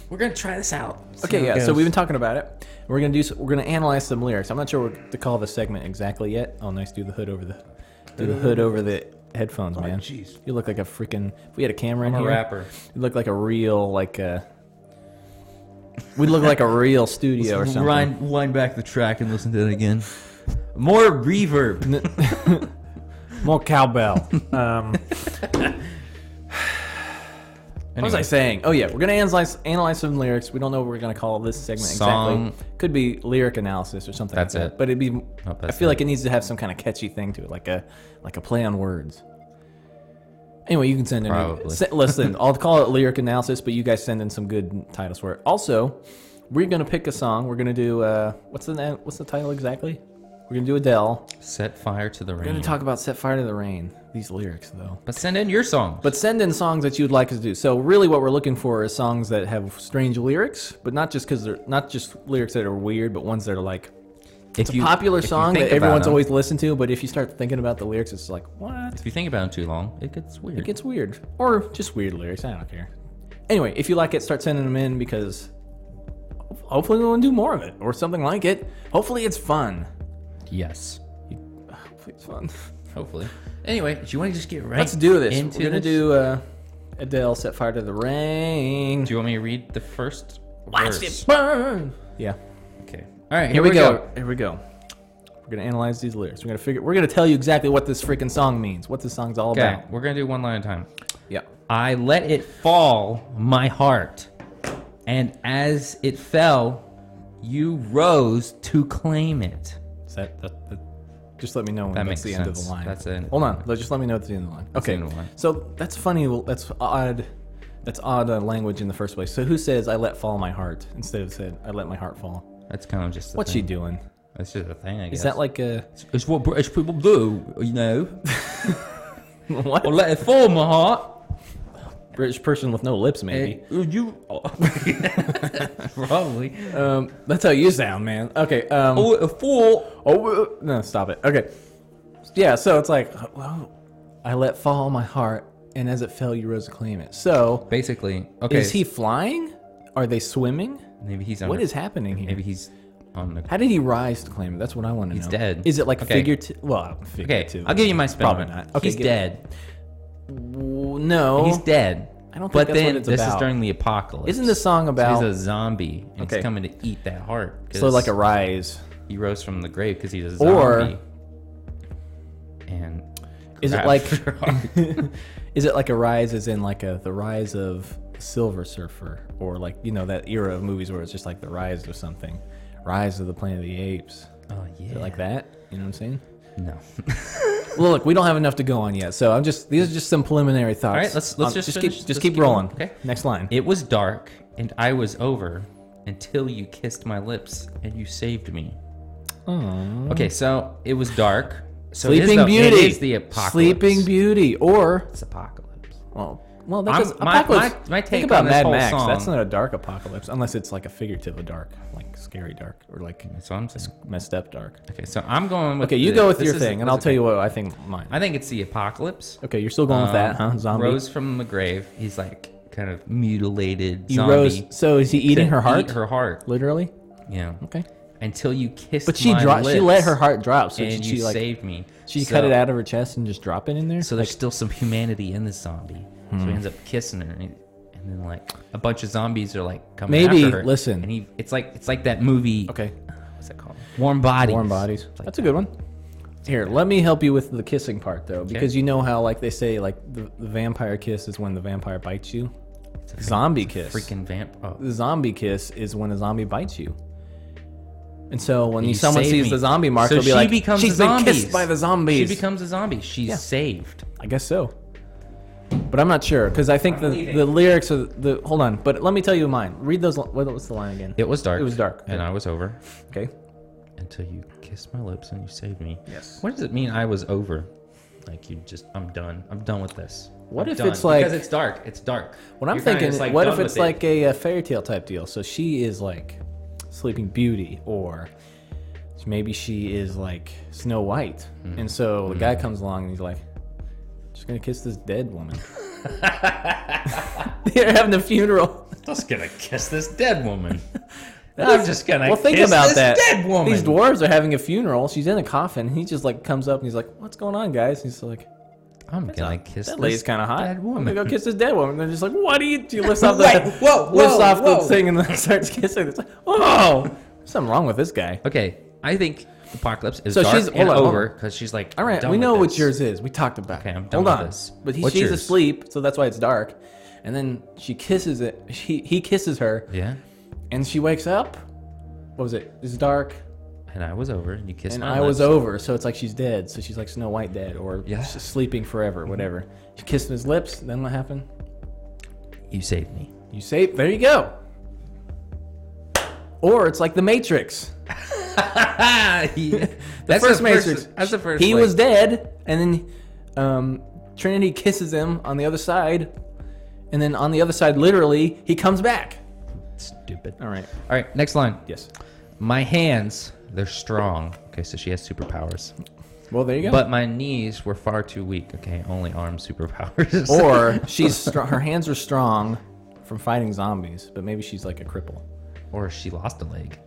We're gonna try this out. See Okay, how it yeah. So goes. we've been talking about it. We're gonna do. s- We're gonna analyze some lyrics. I'm not sure what to call the segment exactly yet. Oh, nice. Do the hood over the, do the hood over the headphones, man. jeez. You look like a freaking. If we had a camera in I'm a here, rapper. you look like a real like a. We look like a real studio or something. Rewind, wind back the track and listen to it again. More reverb. More cowbell. *laughs* um, *sighs* What was I Anyway. saying? Oh yeah, we're gonna analyze analyze some lyrics. We don't know what we're gonna call this segment Song. exactly. Could be lyric analysis or something. That's like that. it. Oh, But it'd be. that's I feel like it needs to have some kind of catchy thing to it, like a like a play on words. Anyway, you can send in. Probably. se- *laughs* listen, I'll call it lyric analysis, but you guys send in some good titles for it. Also, we're gonna pick a song. We're gonna do uh, what's the na- what's the title exactly? We're gonna do Adele. Set fire to the We're rain. gonna talk about "Set Fire to the Rain." These lyrics, though. but send in your song. But send in songs that you'd like us to do. So really, what we're looking for is songs that have strange lyrics, but not just because they're not just lyrics that are weird, but ones that are like it's a popular song that everyone's them, always listened to. But if you start thinking about the lyrics, it's like what? If you think about them too long, it gets weird. It gets weird, or just weird lyrics. I don't care. Anyway, if you like it, start sending them in because hopefully we'll do more of it or something like it. Hopefully it's fun. yes. Hopefully it's fun. *laughs* Hopefully. Anyway, do you want to just get right? Let's do this. Into We're gonna this? do uh, Adele "Set Fire to the Rain." Do you want me to read the first verse? burn. Yeah. Okay. All right. Here, Here we go. Here we go. We're gonna analyze these lyrics. We're gonna figure. We're gonna tell you exactly what this freaking song means. What this song's all Okay. about. We're gonna do one line at a time. Yeah. I let it fall, my heart, and as it fell, you rose to claim it. Is that, that, that- just let me know when That that's the makes end of sense. the line. That's it. Hold on. let- Just let me know at the end of the line. the Okay. end of the line. So that's funny. well, That's odd. That's odd uh, language in the first place. So who says I let fall my heart instead of said I let my heart fall? That's kind of just. A What's she thing. doing? That's just a thing. I guess. Is that like *laughs* a It's what British people do, you know. what? Or let it fall, my heart. British person with no lips, maybe. Eh, *laughs* you probably Um, that's how you sound, man. Okay. Um, oh, a fool. Oh uh, no! Stop it. Okay. Yeah. So it's like, well, I let fall my heart, and as it fell, you rose to claim it. So Basically, okay. is he flying? Are they swimming? maybe he's on. What a- is happening here? Maybe he's on the. How did he rise to claim it? That's what I want to know. dead. Is it like Okay. figurative? Well, Okay, figurative. I'll give you my spin. on Probably it. not. Okay, he's give- dead. W- No. He's dead. I don't think But that's what then it's this about. is during the apocalypse. Isn't this song He's about a zombie, and Okay. he's coming to eat that heart. 'cause so like a rise? he rose from the grave because he's a zombie. Or- and Is it grabbed like? her heart. *laughs* is it like a rise as in like a the rise of Silver Surfer or like you know that era of movies where it's just like the rise of something, rise of the Planet of the Apes, oh yeah, Is it like that? You know what I'm saying? no. Well, look, we don't have enough to go on yet, so I'm just these are just some preliminary thoughts. right, let's- let's just keep finish- just let's keep keep rolling. going, okay. next line. *laughs* it was dark, and I was over until you kissed my lips and you saved me. Aw. Okay, so it was dark. So it is Sleeping the- Beauty. It is the apocalypse. Sleeping Beauty, or It's apocalypse. well, well, that I'm- does, my- apocalypse. my- my think take about on this Mad whole Max. That's song- not a dark apocalypse, unless it's like a figurative dark, like scary dark, or like That's what I'm saying. messed up dark. Okay, so I'm going with. Okay, you the- go with this your is- thing, and this I'll is- tell you what I Uh, think mine. I think it's the apocalypse. okay, you're still going with that, Um, huh? Zombie. rose from the grave. He's like kind of mutilated. you zombie rose. So is he eating to her heart? Eat her heart. Literally. Yeah. Okay. Until you kissed. But she my dro- She let lips, her heart drop. So And did you she like? saved me. she So- cut it out of her chest and just drop it in there. So there's still some humanity in this zombie. Hmm. So he ends up kissing her, and, and then like a bunch of zombies are like coming Maybe- after her. listen. And he, it's like it's like that movie. okay. What's that called? Warm bodies. Warm bodies. It's like That's a good one. Here, let me help you with the kissing part though, because you know how like they say like the, the vampire kiss is when the vampire bites you. Zombie kiss. freaking vamp. Oh, the zombie kiss is when a zombie bites you. And so when You someone saved sees me. the zombie mark, So they'll be she like, becomes "She's been zombies. kissed by the zombies." she becomes a zombie. She's saved. I guess so. But I'm not sure because I think the, the lyrics are the. Hold on, but let me tell you mine. Read those. li- What was the line again? It was dark. It was dark. and I was over Okay. until you kissed my lips and you saved me. Yes. What does it mean? I was over. Like you just, I'm done. I'm done with this. What I'm if done. it's like- because it's dark? It's dark. What I'm You're kinda thinking is just, like, what done if with it's it. like a, uh fairy tale type deal? So she is like Sleeping Beauty, or maybe she is like Snow White, Mm-hmm. and so the guy comes along and he's like, "Just gonna kiss this dead *laughs* woman." *laughs* They're having a funeral. just gonna kiss this *laughs* dead woman. *laughs* I'm just gonna well, think kiss about this that. dead woman. These dwarves are having a funeral. She's in a coffin. And he just like comes up and he's like, "What's going on, guys?" And he's like, I'm gonna kiss "That lady's this kind of hot. dead I'm gonna woman. go kiss this dead woman." And they're just like, "What are you?" *laughs* She lifts off the Wait, whoa, lifts whoa, off the whoa. thing and then *laughs* starts kissing. It's like, "Whoa, something wrong with this guy." Okay, I think apocalypse is So dark she's- and hold on, hold over because she's like, All right, done we with know this. what yours is. We talked about. Okay, it. I'm done Hold with on, this. but he, What's she's yours? asleep, so that's why it's dark. And then she kisses it. *laughs* He he kisses her, Yeah, and she wakes up. What was it? It's dark. and I was over, and you kissed and my I was lips. over, so it's like she's dead. So she's like Snow White dead, or Yeah. yeah. sleeping forever, whatever. She kissed his lips. Then what happened? You saved *laughs* me. You say, there you go. Or it's like the Matrix. yeah. That's first the Matrix. First, that's the first. he like- was dead, and then um, Trinity kisses him on the other side, and then on the other side, literally, he comes back. stupid. All All right. right, next line. Yes. My hands, they're strong. Okay, so she has superpowers. Well, there you go. But my knees were far too weak. Okay, only arm *laughs* superpowers. or she's str- her hands are strong from fighting zombies, but maybe she's like a cripple. *laughs* or she lost a leg.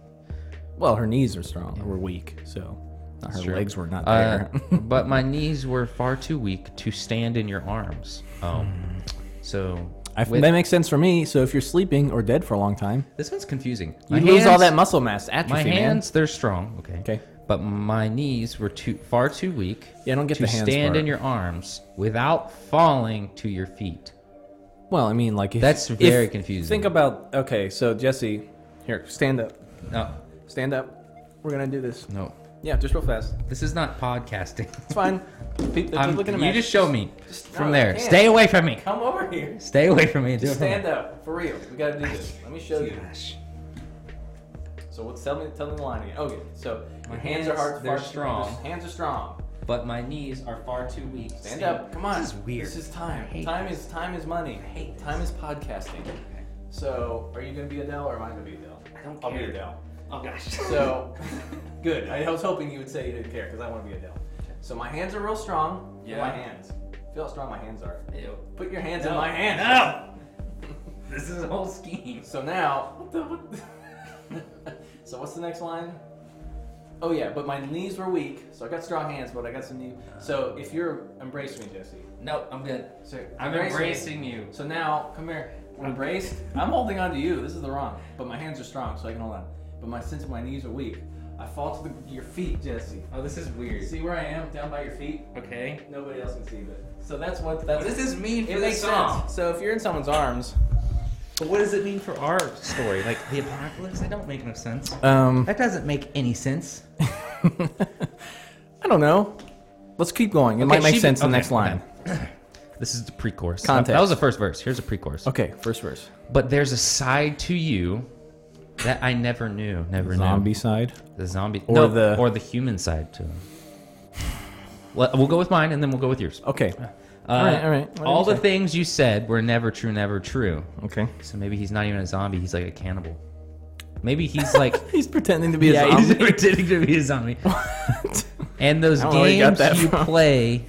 Well, her knees are strong. Were weak, so her true. legs were not Uh, there. *laughs* but my knees were far too weak to stand in your arms. Oh, so Hmm. I, with- that makes sense for me. So if you're sleeping or dead for a long time, this one's confusing. you My lose all hands- that muscle mass atrophy, My man. hands, they're strong. Okay. Okay. But my knees were too far too weak. Yeah, I don't get to the hands stand part. in your arms without falling to your feet. Well, I mean, like if, That's if- very confusing. Think about okay. So Jesse, here, stand up, No, stand up. We're gonna do this. no, Yeah, just real fast. this is not podcasting. It's fine. People, just *laughs* I'm- look at the you mat. just show me just- from no, I there. can't. Stay away from me. come over here. Stay away from me. Just Do it from stand up for real. We gotta do this. Let me show there. you. Gosh. So what's tell me tell me the line again. Okay, so My your hands, are hands, hard. they're far- strong. Hands are strong. but my knees are far too weak. to Stand up. Come on. This is weird. This is time. I hate Time is time is money. hate this. Time is podcasting. Okay. So, are you gonna be Adele or am I gonna be Adele? I don't I'll be care. *laughs* Adele. Oh gosh. So, *laughs* good. I was hoping you would say you didn't care because I want to be Adele. So my hands are real strong. Feel My Yeah. hands. Feel how strong my hands are. Ew. Put your hands in No. my hands. No. *laughs* This is a whole scheme. So now, what the? What? *laughs* so what's the next line? Oh yeah, but my knees were weak, so I got strong hands, but I got some new. So if you're embrace me, Jesse. No, I'm good. So I'm embrace me. embracing you. So now, come here. Embraced. I'm holding on to you. This is the wrong. But my hands are strong, so I can hold on. But my since my knees are weak, I fall to the, your feet, Jesse. Oh, this is weird. See where I am? Down by your feet. Okay. Nobody else can see that. So that's what that's. What does this mean for it the makes song? sense. So if you're in someone's arms, But what does it mean for our story? Like the apocalypse? That don't make no sense. um, That doesn't make any sense. I don't know. Let's keep going. It might make sense in the next line. *clears throat* this is the pre-chorus. Context. That was the first verse. Here's a pre-chorus. Okay, first verse. But there's a side to you that I never knew. Never Zombie side. knew. The zombie. Or no, the- or the human side to him. Let- We'll go with mine and then we'll go with yours. Okay. Uh, All right, all right. What all did the you say? things you said were never true, never true. Okay. *laughs* So maybe he's not even a zombie. He's like a cannibal. Maybe he's *laughs* like He's pretending to be a yeah, he's zombie. pretending to be a *laughs* zombie. and I those don't know where you got games that you from. play,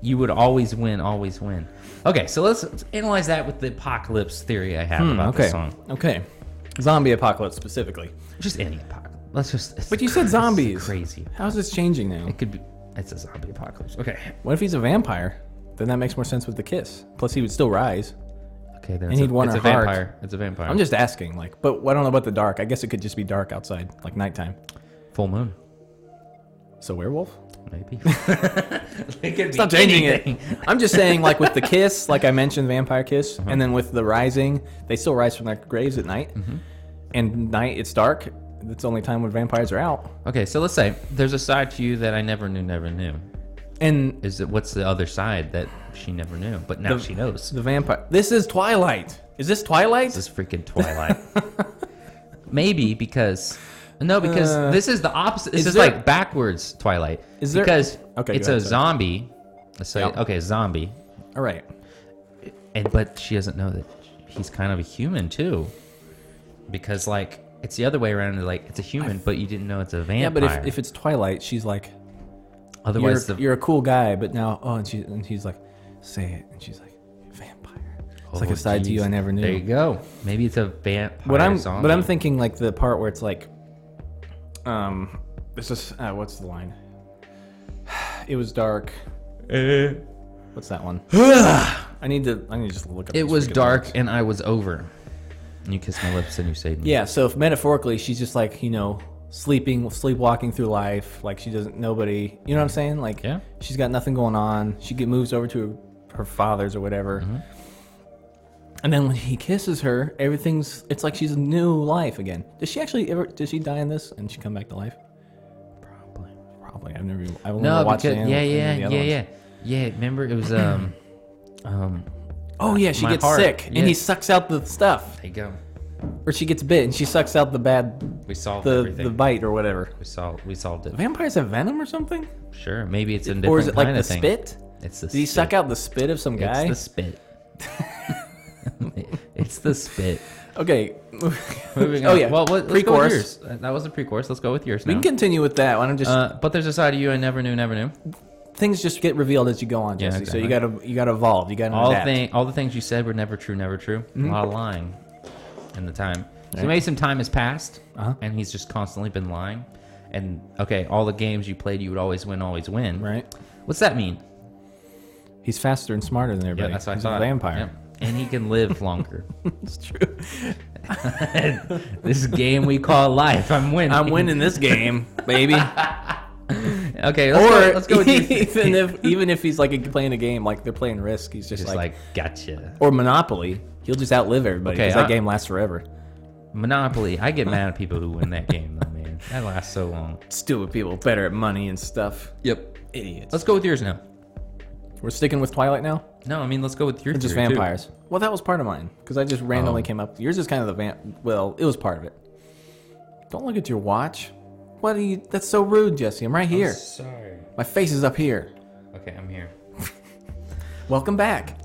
you would always win, always win. Okay, so let's, let's analyze that with the apocalypse theory I have about Hmm, okay. this song. Okay. Zombie apocalypse specifically. Just any apocalypse. Let's just. it's But you said zombies. Crazy. How's this changing now? It could be. It's a zombie apocalypse. Okay. What if he's a vampire? Then that makes more sense with the kiss. Plus, he would still rise. Okay. Then And it's, he'd a, want it's a her heart. vampire. It's a vampire. I'm just asking, like, but I don't know about the dark. I guess it could just be dark outside, like nighttime. full moon. So werewolf? *laughs* Maybe. it's It's not changing it. *laughs* I'm just saying, like with the kiss, like I mentioned, vampire kiss, and then with the rising, they still rise from their graves at night, and night it's dark. That's the only time when vampires are out. Okay, so let's say there's a side to you that I never knew, never knew. And Is it what's the other side that she never knew, but now The- she knows? the vampire. This is Twilight. Is this Twilight? This is *laughs* freaking Twilight. Maybe because no, because Uh, this is the opposite. This is is, there- like backwards Twilight. Is there- because Okay, it's go a ahead, sorry. zombie? Let's say Yeah. okay, zombie, All right. and but she doesn't know that he's kind of a human too, because like it's the other way around. Like it's a human, but you didn't know it's a Yeah, vampire. but if, if it's Twilight, she's like, you're, otherwise the you're a cool guy, but now oh, and she and he's like, say it, and she's like, vampire. It's like Oh, a side to you geez. I never knew. There you go. Maybe it's a vampire But I'm zombie. but I'm thinking like the part where it's like, um, this is uh, what's the line? *sighs* It was dark. Eh. What's that *sighs* one? I need to I need to just look up. It these was freaking dark lyrics. and I was over. And you kissed my lips and you saved me. Yeah. So if metaphorically, she's just like you know sleeping, sleepwalking through life. Like she doesn't nobody. You know what I'm saying? Like Yeah. she's got nothing going on. She get moves over to her, her father's or whatever. Mm-hmm. And then when he kisses her, everything's it's like she's a new life again. Does she actually ever does she die in this and she come back to life? Probably. Probably. I've never even- I've only No, watched because the yeah, anim- yeah, any of the yeah, other yeah, ones. yeah. Remember it was *clears throat* um, um. Oh yeah, she My gets heart. sick and he Yes. sucks out the stuff. There you go. Or she gets bit and she sucks out the bad We solved the everything. the bite or whatever. we solved. We solved it. Vampires have venom or something? Sure. Maybe it's a different Or is it like kind the of thing. spit? It's the. Did he spit. suck out the spit of some guy? It's the spit. *laughs* it's the spit. Okay. *laughs* *laughs* Moving Oh on. yeah. Well, what, let's go with Pre-chorus. yours. Uh, That was a pre-course. Let's go with yours We now. can continue with that one. I'm just uh, but there's a side of you I never knew, never knew. things just get revealed as you go on, Yeah, Jesse. So you exactly. gotta you gotta evolve. You gotta all adapt. thing, all the things you said were never true, never true. A lot of lying in the time. So Mm-hmm. Right. maybe some time has passed, Uh-huh. and he's just constantly been lying. And okay, all the games you played, you would always win, always win. Right. What's that mean? He's faster and smarter than everybody. that's what He's I thought. a vampire. Yep. And he *laughs* can live longer. *laughs* It's true. this game we call life. I'm winning. I'm winning this game, baby. Okay, *laughs* or let's go, let's go with you. *laughs* even if even if he's like playing a game, like they're playing Risk, he's just, Just like, like, gotcha. or Monopoly. He'll just outlive everybody Okay, because I- that game lasts forever. Monopoly. I get mad at people who win that game though, man. That lasts so long. Stupid people, better at money and stuff. Yep. Idiots. Let's go with yours now. We're sticking with Twilight now. No, I mean let's go with your Or just theory, too. vampires. Well, that was part of mine because I just randomly Oh. came up. Yours is kind of the vamp. Well, it was part of it. Don't look at your watch. What are you? That's so rude, Jesse. I'm right here. Sorry. My face is up here. Okay, I'm here. Welcome back.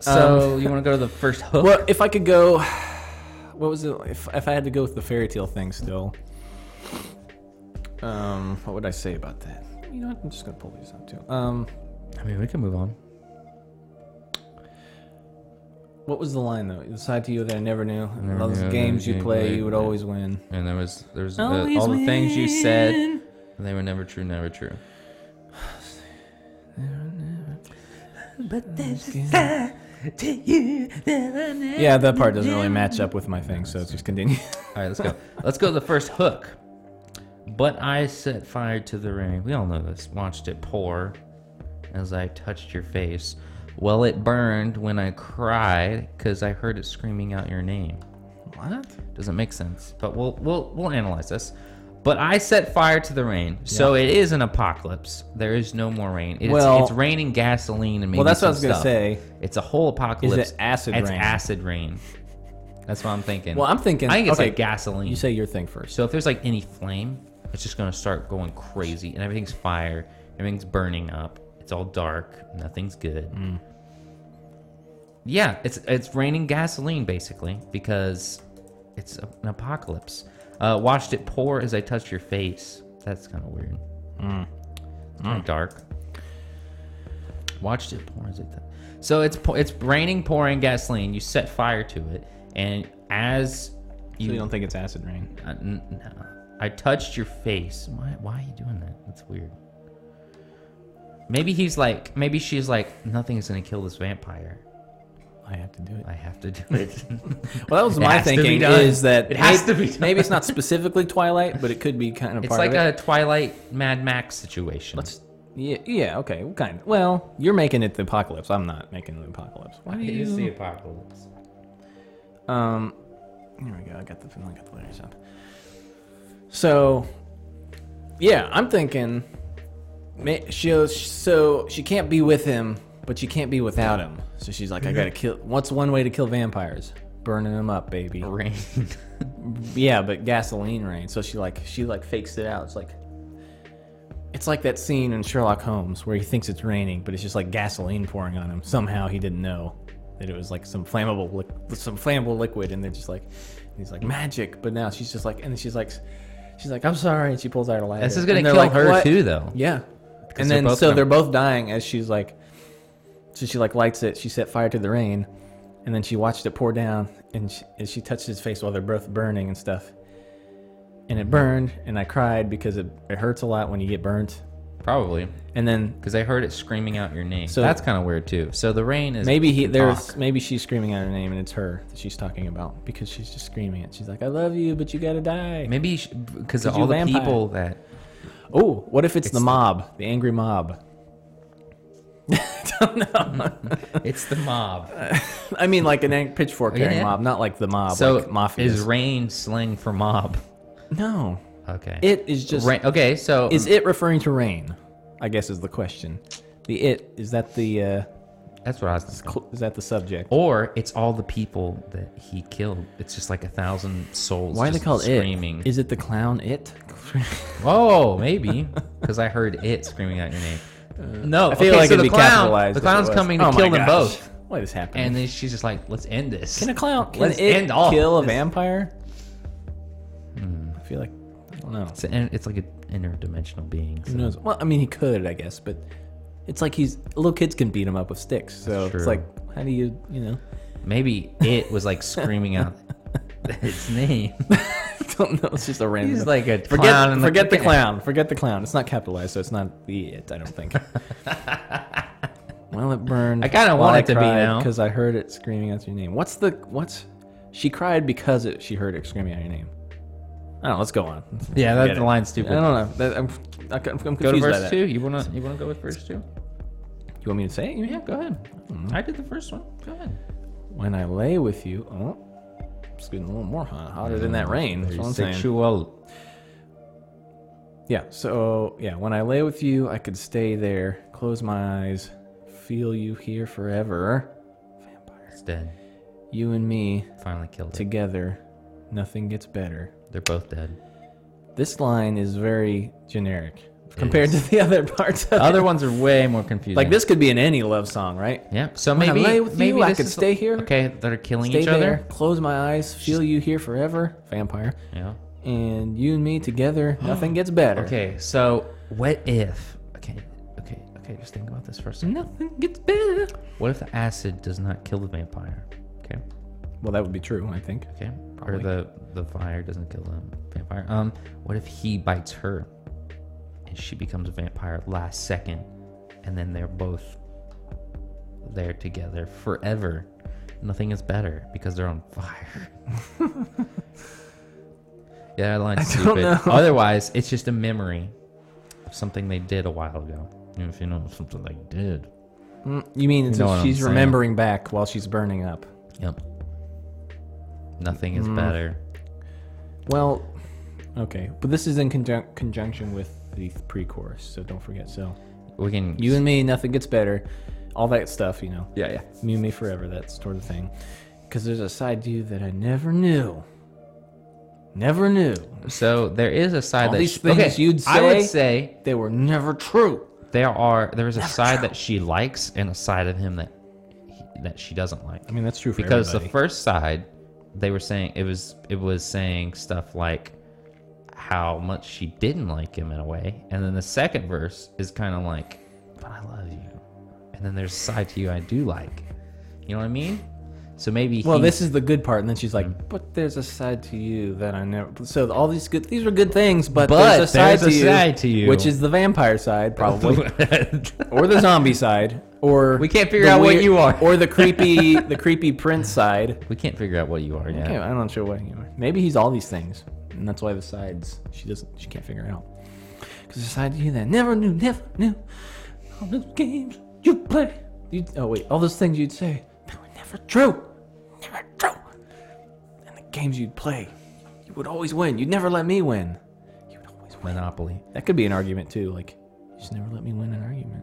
So you want to go to the first hook? Well, if I could go, what was it? If, if I had to go with the fairy tale thing still, um, what would I say about that? You know what? I'm just gonna pull these up too. Um, I mean, we can move on. what was the line though? It was side to you that I never knew. And never all those knew that games you you play, played, you would yeah. always win. And there was there's the, Always all the things you said. win. They were never true, never true. But there's a side to you that I never- Yeah, that part doesn't really match up with my thing, so let's just continue. All right, let's go. let's go to the first hook. But I set fire to the ring. We all know this. Watched it pour as I touched your face. Well, it burned when I cried because I heard it screaming out your name. what? Doesn't make sense, but we'll we'll we'll analyze this. But I set fire to the rain, so it is an apocalypse. There is no more rain. It's, Well- it's raining gasoline and maybe Well, that's what I was some gonna stuff. say. It's a whole apocalypse. acid It's rain? acid rain. That's what I'm thinking. Well, I'm thinking. I think it's okay, like gasoline. You say your thing first. So if there's like any flame, it's just gonna start going crazy, and everything's fire, everything's burning up. It's all dark, nothing's good. Yeah, it's it's raining gasoline basically because it's a- an apocalypse. Uh, watched it pour as I touched your face. That's kind of weird. It's kind of dark. Watched it pour as I touched. So it's po- it's raining, pouring gasoline. You set fire to it, and as So you don't think it's acid rain? uh, n- no. I touched your face. Why, why are you doing that? That's weird. Maybe he's like, maybe she's like, nothing is going to kill this vampire. I have to do it. I have to do *laughs* it. Well, that was It my has to be thinking done. is that It has may- to be done. Maybe it's not specifically Twilight, but it could be kind of it's part like of it. a Twilight Mad Max situation. Let's- yeah, yeah, okay, well, kind of. Well, you're making it the apocalypse. I'm not making the apocalypse. Why do you? apocalypse. Um, here we go. I got the I got the letters up. So, yeah, I'm thinking. ma- She so she can't be with him, but she can't be without him. So she's like, I gotta kill. What's one way to kill vampires? Burning them up, baby. *laughs* Rain. Yeah, but gasoline rain. So she like she like fakes it out. It's like it's like that scene in Sherlock Holmes where he thinks it's raining, but it's just like gasoline pouring on him. Somehow he didn't know that it was like some flammable li- some flammable liquid, and they're just like and he's like magic. But now she's just like, and she's like, she's like, I'm sorry, and she pulls out a lighter. this is going And to they're kill like, her "What?" too, though. Yeah, and they're then both so gonna- they're both dying as she's like, so she like lights it. She set fire to the rain, and then she watched it pour down, and she, and she touched his face while they're both burning and stuff. And Mm-hmm. it burned, and I cried because it, it hurts a lot when you get burnt. Probably. And then Because I heard it screaming out your name. So- So that's kind of weird, too. So the rain is. maybe he can there's talk. maybe she's screaming out her name, and it's her that she's talking about because she's just screaming it. She's like, "I love you, but you gotta die." Maybe because Could of you all the vampire? people *laughs* that. Oh, what if it's, the the- mob, the angry mob? *laughs* Mm-hmm. It's the mob. I mean, like an ang- pitchfork carrying Yeah. mob, not like the mob, so like mafia. is rain slang for mob? No, Okay. it is just. Rain, okay, so um, Is it referring to rain? I guess is the question. The it is that the uh, that's what I was thinking. cl- is that the subject? Or it's all the people that he killed. It's just like a thousand souls. Why are they just called screaming. it? Is it the clown *laughs* it? Oh, maybe because I heard it screaming out your name. No, Uh, I feel okay, like so it'd the be clown, capitalized. The if it clown's was. coming to Oh my kill gosh. them both, What is happening? and then she's just like, "Let's end this." can a clown can Let's it end all kill a this. Hmm. vampire? I feel like I don't know. It's, an, it's like an interdimensional being. Who So. knows? Well, I mean, he could, I guess, but it's like he's little kids can beat him up with sticks. So That's it's true. like, how do you, you know? *laughs* Maybe it was like screaming out its *laughs* name. I don't know. It's just a random. He's like a Forget, clown. in the forget the, cooking- clown. Forget the clown. It's not capitalized, so it's not the it. I don't *laughs* think. well, it burned. I kinda want it to be now. because I heard it screaming out your name. What's the what's? She cried because it, she heard it screaming out your name. I don't know. Let's go on. Yeah, that Forget the it. line's I stupid. don't know. That, I'm, I- I'm confused Go to by verse that. two. You wanna you wanna go with verse two? You want me to say it? You mean? Yeah, go ahead. I did the first one. Go ahead. When I lay with you, oh, it's getting a little more hot, hotter than that rain. That's what I'm saying. Sexual. Yeah, so yeah, when I lay with you, I could stay there, close my eyes, feel you here forever. It's dead. You and me Finally killed it. together, nothing gets better. They're both dead. This line is very generic compared to the other parts. Of Other *laughs* it. ones are way more confusing. like this could be in any love song, right? Yeah. So When I maybe lay with maybe you, I this could is- stay here, Okay, they're killing Stay each there, other. close my eyes, feel you here forever, vampire, Yeah. and you and me *gasps* together, nothing gets better. Okay, so what if? Okay, okay, okay. Just think about this for a second. nothing gets better. What if the acid does not kill the vampire? Okay, Well, that would be true, I think. okay. Probably. Or the the fire doesn't kill the vampire. Um, what if he bites her, and she becomes a vampire last second, and then they're both there together forever. Nothing is better because they're on fire. *laughs* yeah, that line's I don't stupid. know. Otherwise, it's just a memory of something they did a while ago. If you know something they did. Mm, You mean it's know what I'm she's saying. remembering back while she's burning up? Yep. Nothing Mm. is better. Well, okay, but this is in conjun- conjunction with the pre-chorus, so don't forget. So We can. you and me, nothing gets better, all that stuff, you know. yeah, yeah. Me and me forever, that sort of thing. Because there's a side to you that I never knew. Never knew. So there is a side All that these she- things okay, you'd I would say- say They were never true. there are there is a side that she likes and a side of him that he, that she doesn't like. I mean, that's true for because the everybody. first side they were saying it was it was saying stuff like how much she didn't like him in a way and then the second verse is kind of like but i love you and then there's a side to you i do like you know what i mean so maybe well, he- this is the good part, and then she's Mm. like, "But there's a side to you that I never." So all these good, these were good things, but, there's But a side, there's a side to you. which is the vampire side, probably. *laughs* or the zombie side, or We can't figure the out what you are. or the *laughs* creepy, the creepy prince side. *laughs* we can't figure out what you are Okay, yeah I'm not sure what you are. Maybe he's all these things, and that's why the sides she doesn't, she can't figure it out. Because the side to you that never knew, never knew, all those games you play, you oh wait, all those things you'd say that were never true, never true, and the games you'd play, you would always win. You'd never let me win. You would always win. monopoly That could be an argument too. Like, you just never let me win an argument.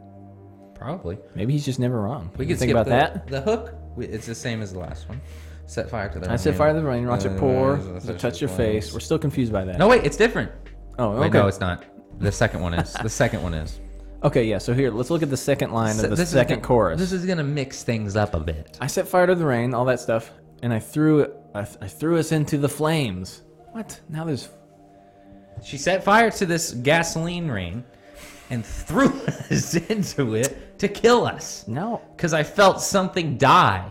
probably Maybe he's just never wrong. You think about that. the hook it's the same as the last one set fire to the I said fire the rain, watch it pour, touch your face. We're still confused by that. no wait it's different Oh, okay. Wait, no, it's not. The second one is. The second one is. Okay, yeah. So here, let's look at the second line So of *laughs* the this is second gonna- chorus. This is gonna mix things up a bit. I set fire to the rain, all that stuff, and I threw it. I, th- I threw us into the flames. What? Now there's. She set fire to this gasoline ring, and threw *laughs* us into it to kill us. Now Cause I felt something die.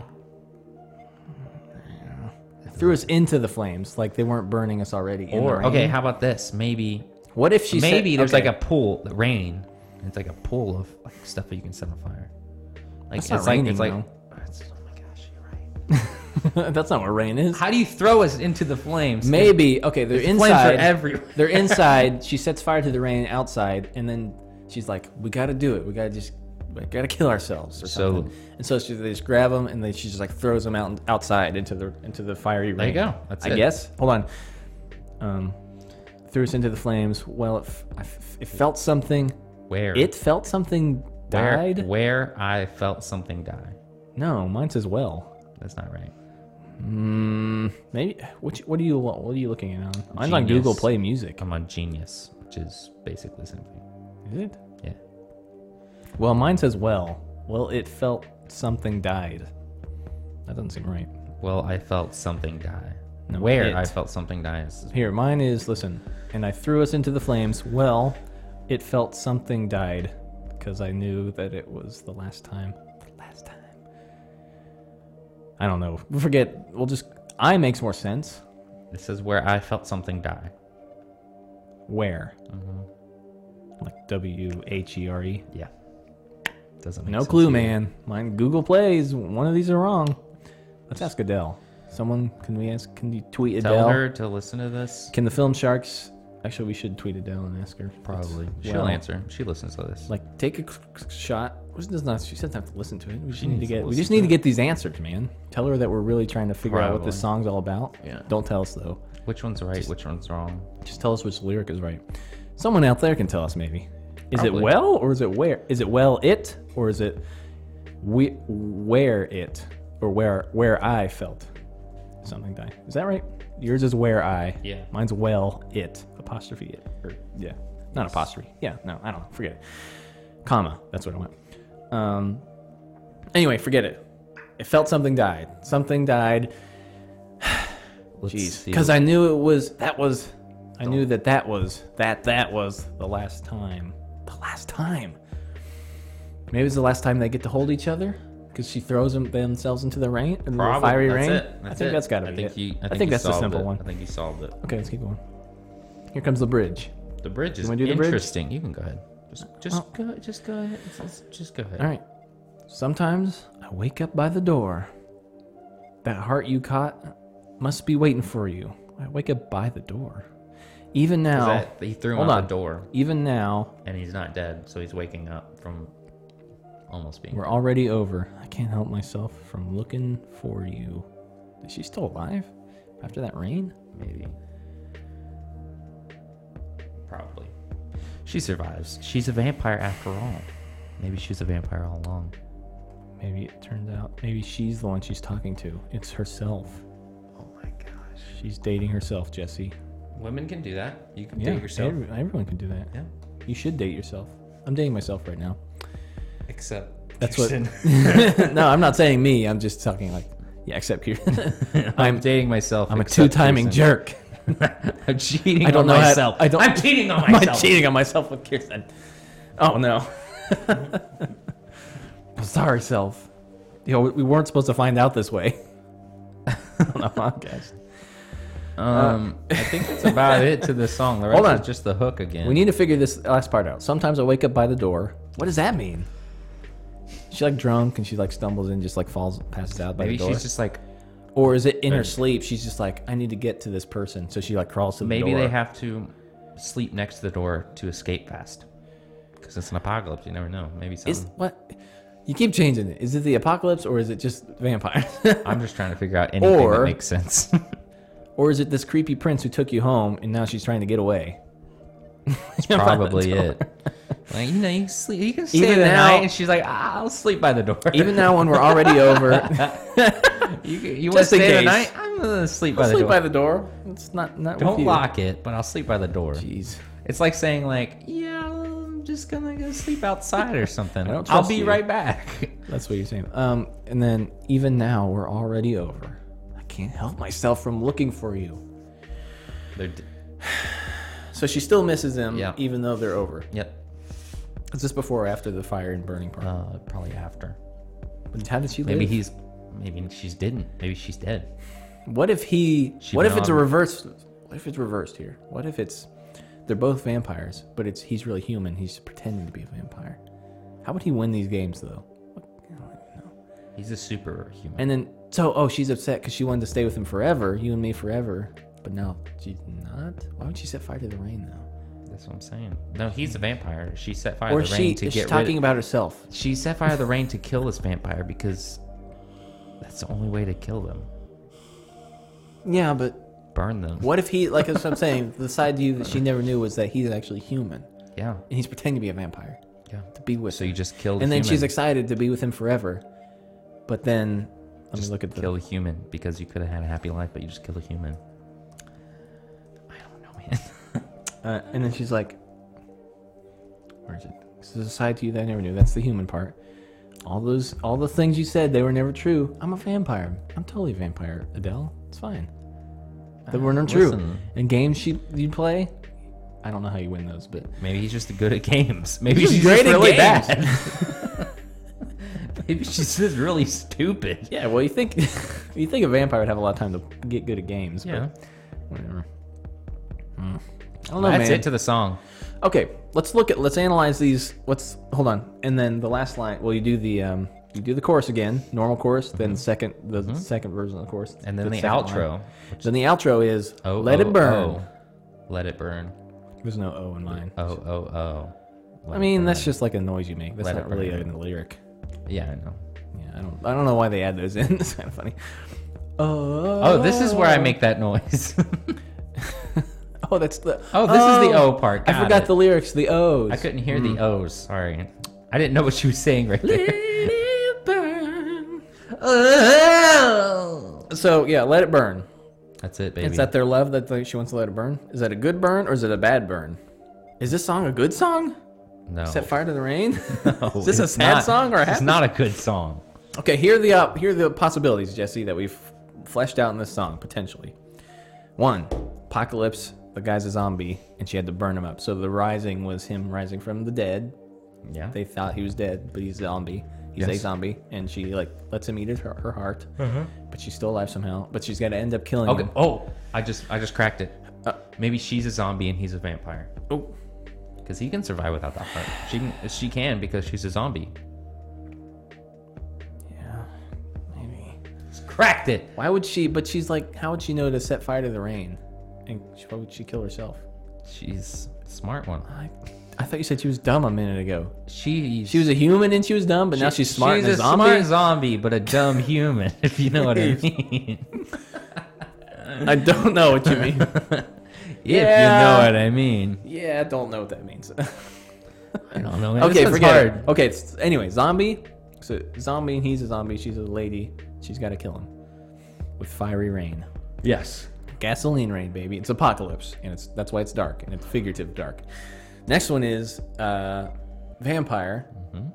I threw us into the flames, like they weren't burning us already. in the Or rain. okay, how about this? Maybe What if she? maybe said, there's okay, like a pool, the rain. and It's like a pool of like stuff that you can set on fire. Like That's not it's raining, like it's like. though. That's- oh my gosh, you're *laughs* right. That's not what rain is. How do you throw us into the flames? Maybe okay. They're Flames are inside. everywhere. They're inside. She sets fire to the rain outside, and then she's like, "We got to do it. We got to just, we got to kill ourselves or So- something." And so she, they just grab them, and then she just like throws them out outside into the into the fiery rain. There you go. That's I it. guess. Hold on. Um, threw us into the flames. Well, it, f- I f- it felt something. *laughs* Where It felt something Where- died. Where, I felt something die. No, mine says well. That's not right. Mm, maybe. What what are you what are you looking at? On? Mine's on Google Genius. Play Music. I'm on Genius, which is basically the same thing. Is it? Yeah. Well, mine says well. Well, it felt something died. That doesn't seem right. Well, I felt something die. No, where it. I felt something die is Here, mine is listen, and I threw us into the flames. Well, it felt something died because I knew that it was the last time. The last time. I don't know. Forget. We'll just. I makes more sense. this is where I felt something die. Where? Mm-hmm. Like W H E R E. Yeah. Doesn't make No sense clue, either. man. Mine Google plays. One of these are wrong. Let's ask Adele. Someone, can we ask? Can you tweet Tell Adele? her to listen to this. Can the film sharks? Actually, we should tweet Adele and ask her. Probably. It's- She'll well, answer. She listens to this. Like, take a c- c- shot. She does not. She doesn't have to listen to it. We just need to needs to get. we listen just to need to it. get these answers, man. Tell her that we're really trying to figure out what this song's all about. Yeah. Don't tell us though. which one's right? which one's wrong? Just tell us which lyric is right. Someone out there can tell us maybe. Is Probably. it well or is it where? Is it well it or is it we where it or where where I felt something thing. Is that right? Yours is where I. Yeah. Mine's well it apostrophe it or yeah, not apostrophe. Yeah. No, I don't know. Forget it. Comma. That's what I want. Um. Anyway, forget it. It felt something died. Something died. Let's Jeez. see. Because I knew it was that was. I knew that that was that that was the last time. The last time. Maybe it's the last time they get to hold each other. Because she throws them, themselves into the rain, into the Probably. fiery That's rain. it. I That's think it. that's got to I be think it. you- I think, you that's the solved simple it. one. I think you solved it. Okay, let's keep going. Here comes the bridge. The bridge is wanna do the bridge? interesting. You can go ahead. Just, just Oh. go, just go ahead. Just, just go ahead. All right. Sometimes I wake up by the door. That heart you caught must be waiting for you. I wake up by the door. Even now, Is that- he threw him Hold out on. the door, even now, and he's not dead, so he's waking up from almost being. we're already over. I can't help myself from looking for you. Is she still alive after that rain? Maybe. Probably. She survives. She's a vampire after all. Maybe she's a vampire all along. Maybe it turns out maybe she's the one she's talking to. It's herself. Oh my gosh. She's dating herself, Jesse. Women can do that. You can Yeah, date yourself. every- everyone can do that. Yeah. You should date yourself. I'm dating myself right now. *laughs* Except That's what- no, I'm not saying me. I'm just talking like, yeah, except *laughs* here. *laughs* *laughs* I'm I'm dating myself. I'm a two except timing Kirsten. jerk. I'm cheating I don't on know how- myself. I don't- I'm cheating *laughs* on Am I myself. cheating on myself with Kirsten? Oh no. *laughs* I'm sorry, self. You know, we- we weren't supposed to find out this way. *laughs* on the *laughs* podcast. Um, I think that's about it to the *laughs* song. The rest Hold on. is just the hook again. We need to figure this last part out. Sometimes I wake up by the door. What does that mean? She like drunk and she like stumbles and just like falls passes out by Maybe the door. she's just like. or is it in her sleep? She's just like, I need to get to this person, so she like crawls to the Maybe door. they have to sleep next to the door to escape fast. Because it's an apocalypse. You never know. Maybe something. Is what? You keep changing it. Is it the apocalypse or is it just vampires? *laughs* I'm just trying to figure out anything Or- that *laughs* makes sense. *laughs* or is it this creepy prince who took you home and now she's trying to get away? *laughs* Probably it. Like, you know, you, sleep, you can stay Even the now- night, and she's like, "I'll sleep by the door." *laughs* Even now, when we're already over, *laughs* you, you want to Just in stay the case. night? I'm gonna sleep by I'll the sleep door. by the door. It's not not. Don't with you. lock it, but I'll sleep by the door. Jeez. It's like saying like, yeah, I'm just gonna go sleep outside or something. I don't I'll trust be you." right back. *laughs* That's what you're saying. Um, and then even now, we're already over. I can't help myself from looking for you. They're d- So she still misses him, Yeah. even though they're over. yep. Is this before or after the fire and burning part? Uh, probably after. But How did she Maybe live? he's. Maybe she's didn't. Maybe she's dead. What if he? She what if it's a bombed. reverse? What if it's reversed here? What if it's they're both vampires, but it's he's really human. He's pretending to be a vampire. How would he win these games though? I don't even know. He's a superhuman. And then so oh she's upset because she wanted to stay with him forever, you and me forever. But now she's not. Why would she set fire to the rain though? That's what I'm saying. No, he's a vampire. She set fire Or to the she rain is to she get rid. talking about herself. She set fire to the rain to kill this vampire because that's the only way to kill them. Yeah, but Burn them. what if he like as I'm saying *laughs* the side you that she never knew was that he's actually human Yeah. and he's pretending to be a vampire Yeah. to be with. So you just kill the and then human. she's excited to be with him forever. But then, let me look at the. kill a human because you could have had a happy life, but you just killed a human. I don't know, man. Uh, and then she's like, "Where is it? This is a side to you that I never knew. That's the human part. All those, all the things you said, they were never true. I'm a vampire. I'm totally a vampire, Adele. It's fine. They were not true. Uh, Listen. And games she you play, I don't know how you win those, but Maybe he's just good at games. Maybe He's she's great just at really games. bad. *laughs* *laughs* Maybe she's just really stupid. yeah. Well, you think *laughs* you think a vampire would have a lot of time to get good at games, Yeah. but whatever. Hmm. I don't know, That's man. it to the song. Okay, let's look at let's analyze these. Let's hold on, and then the last line. Well, you do the um, you do the chorus again, normal chorus, then second the second version of the chorus, Mm-hmm. And then the, second outro. line. Then the outro is Oh, "Let oh, It Burn." oh. Let it burn. There's no O in mine. Oh, oh, oh. Let I it mean, burn. that's just like a noise you make. That's Let it not really burn. a lyric. Yeah, I know. Yeah, I don't I don't know why they add those in. *laughs* it's kind of funny. Oh, Oh, this is where I make that noise. *laughs* Oh, that's the. oh, this is the O part. I Got forgot it. the lyrics. The O's. I couldn't hear Mm. the O's. Sorry, I didn't know *laughs* what she was saying right there. Let it burn. Oh. so yeah, let it burn. That's it, baby. Is that their love that they, she wants to let it burn? Is that a good burn or is it a bad burn? Is this song a good song? no. Set fire to the rain. Oh. *laughs* No, *laughs* Is this a it's sad not- song or a It's happy? not a good song. Okay, here are the op- here are the possibilities, Jesse, that we've fleshed out in this song potentially. One, apocalypse. The guy's a zombie, and she had to burn him up. So the rising was him rising from the dead. Yeah. They thought he was dead, but he's a zombie. He's a Yes. zombie, and she like lets him eat her, her heart, but she's still alive somehow. But she's got to end up killing okay. him. Oh, I just I just cracked it. Uh, Maybe she's a zombie and he's a vampire. Oh, Because he can survive without the heart. She can, she can because she's a zombie. yeah, maybe. Just cracked it. Why would she? But she's like, how would she know to set fire to the rain? And she, why would she kill herself? She's a smart one. I, I thought you said she was dumb a minute ago. She She was a human and she was dumb, but now she's smart and a zombie. smart zombie, but a dumb *laughs* human. If you know what I mean. *laughs* I don't know what you mean. If Yeah. you know what I mean. *laughs* yeah, I don't know what that means. *laughs* I don't know. man. okay, This one's forget hard. it. Okay, it's, anyway, zombie. So zombie and he's a zombie. She's a lady. She's got to kill him with fiery rain, Yes. gasoline rain, baby. It's apocalypse, and it's that's why it's dark and it's figurative dark. Next one is uh, vampire. Mm-hmm.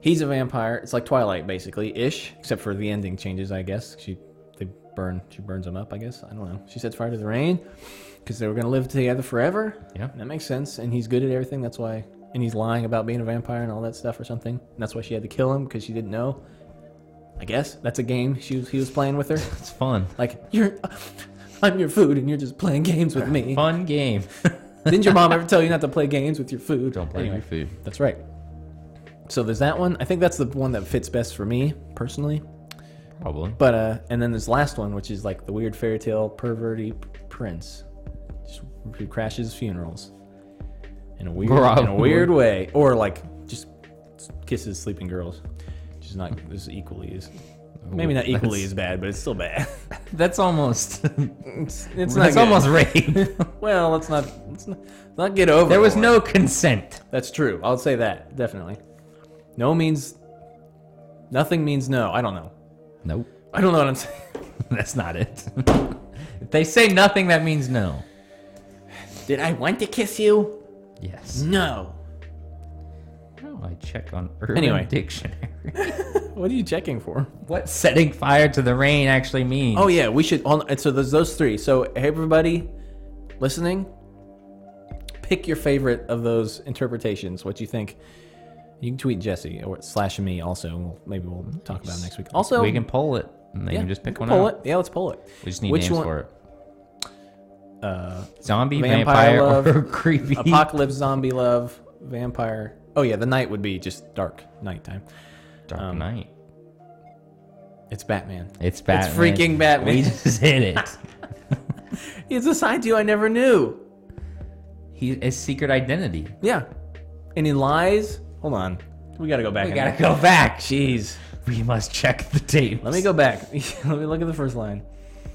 He's a vampire. It's like Twilight, basically ish, except for the ending changes. I guess she they burn she burns him up. I guess I don't know. She sets fire to the rain because they were gonna live together forever. Yeah. And that makes sense. And he's good at everything. That's why. And he's lying about being a vampire and all that stuff or something. And that's why she had to kill him because she didn't know. I guess that's a game she was, he was playing with her. It's fun. Like you're, I'm your food and you're just playing games with *laughs* me. *laughs* Fun game. Didn't your mom ever tell you not to play games with your food? Don't blame Anyway. your food. That's right. So there's that one. I think that's the one that fits best for me personally. Probably. But uh, and then this last one, which is like the weird fairy tale perverty p- prince, just who crashes funerals in a weird in a Probably. weird way, or like just kisses sleeping girls, which is not is equally as maybe not equally that's- as bad, but it's still bad. *laughs* That's almost. it's it's not that's good. almost rape. well. Let's not let's not, not get over. *laughs* there was it. no consent. That's true. I'll say that definitely. No means nothing means no. I don't know. Nope. I don't know what I'm saying. *laughs* *laughs* That's not it. if they say nothing, that means no. Did I want to kiss you? Yes. No. No, Oh, I check on Urban Anyway. Dictionary. *laughs* What are you checking for? what setting fire to the rain actually means. Oh yeah, we should. On, so there's those three. So hey, everybody, listening, pick your favorite of those interpretations. What you think? You can tweet Jesse or slash me also. and We'll, maybe we'll talk about it next week. Also, we can poll it and then yeah, you just pick we can one poll out. It. Yeah, let's pull it. We just need Which names one- for it. Uh, Zombie, Vampire vampire, love, or *laughs* creepy. *laughs* apocalypse, zombie love, vampire. Oh yeah, the night would be just dark nighttime. Dark um, Knight. It's Batman. It's Batman. freaking Batman. We just *laughs* hit it. It's assigned to you I never knew. he is *laughs* secret identity. Yeah. And he lies. Hold on. We gotta go back. We in gotta there. go back. Jeez. We must check the tape. Let me go back. *laughs* Let me look at the first line.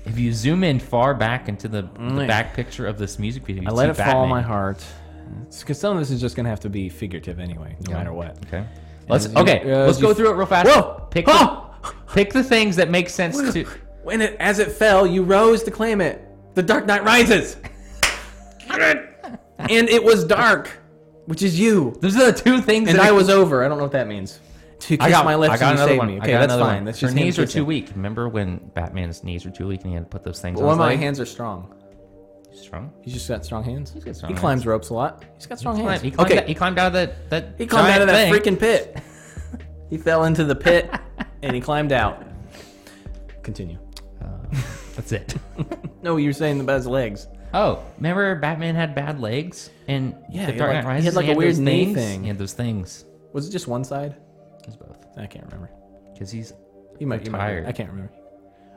If you zoom in far back into the, the Mm. back picture of this music video, you I let see it fall on Batman. my heart. Because some of this is just gonna have to be figurative anyway, no Yeah. matter what. Okay. Let's as you- okay. uh, as let's you- go through it real fast. Whoa! Pick Oh! the, pick the things that make sense to. *laughs* When it as it fell, you rose to claim it. The Dark Knight rises. and it was dark, which is you. Those are the two things And that I was over. I don't know what that means. To kiss I got my lips I got and you another saved one. me. I Okay, got that's another one. fine. That's Her just him knees are kissing. too weak. Remember when Batman's knees were too weak and he had to put those things Well, on? my his leg? hands are strong. Strong. He's just got strong hands. got strong he hands. climbs ropes a lot. He's got strong He hands. climbed, he climbed, okay, he climbed out of that that. he climbed out of that giant *laughs* freaking thing. pit. he fell into the *laughs* pit and he climbed out. Continue. Uh, that's it. No, you were saying about his legs. *laughs* oh, remember Batman had bad legs and Yeah, the he had Dark like- Knight he Rises. had like a and weird those knee things. thing. He had those things. Was it just one side? It's both I can't remember. because he's You might, you might Retired. I can't remember.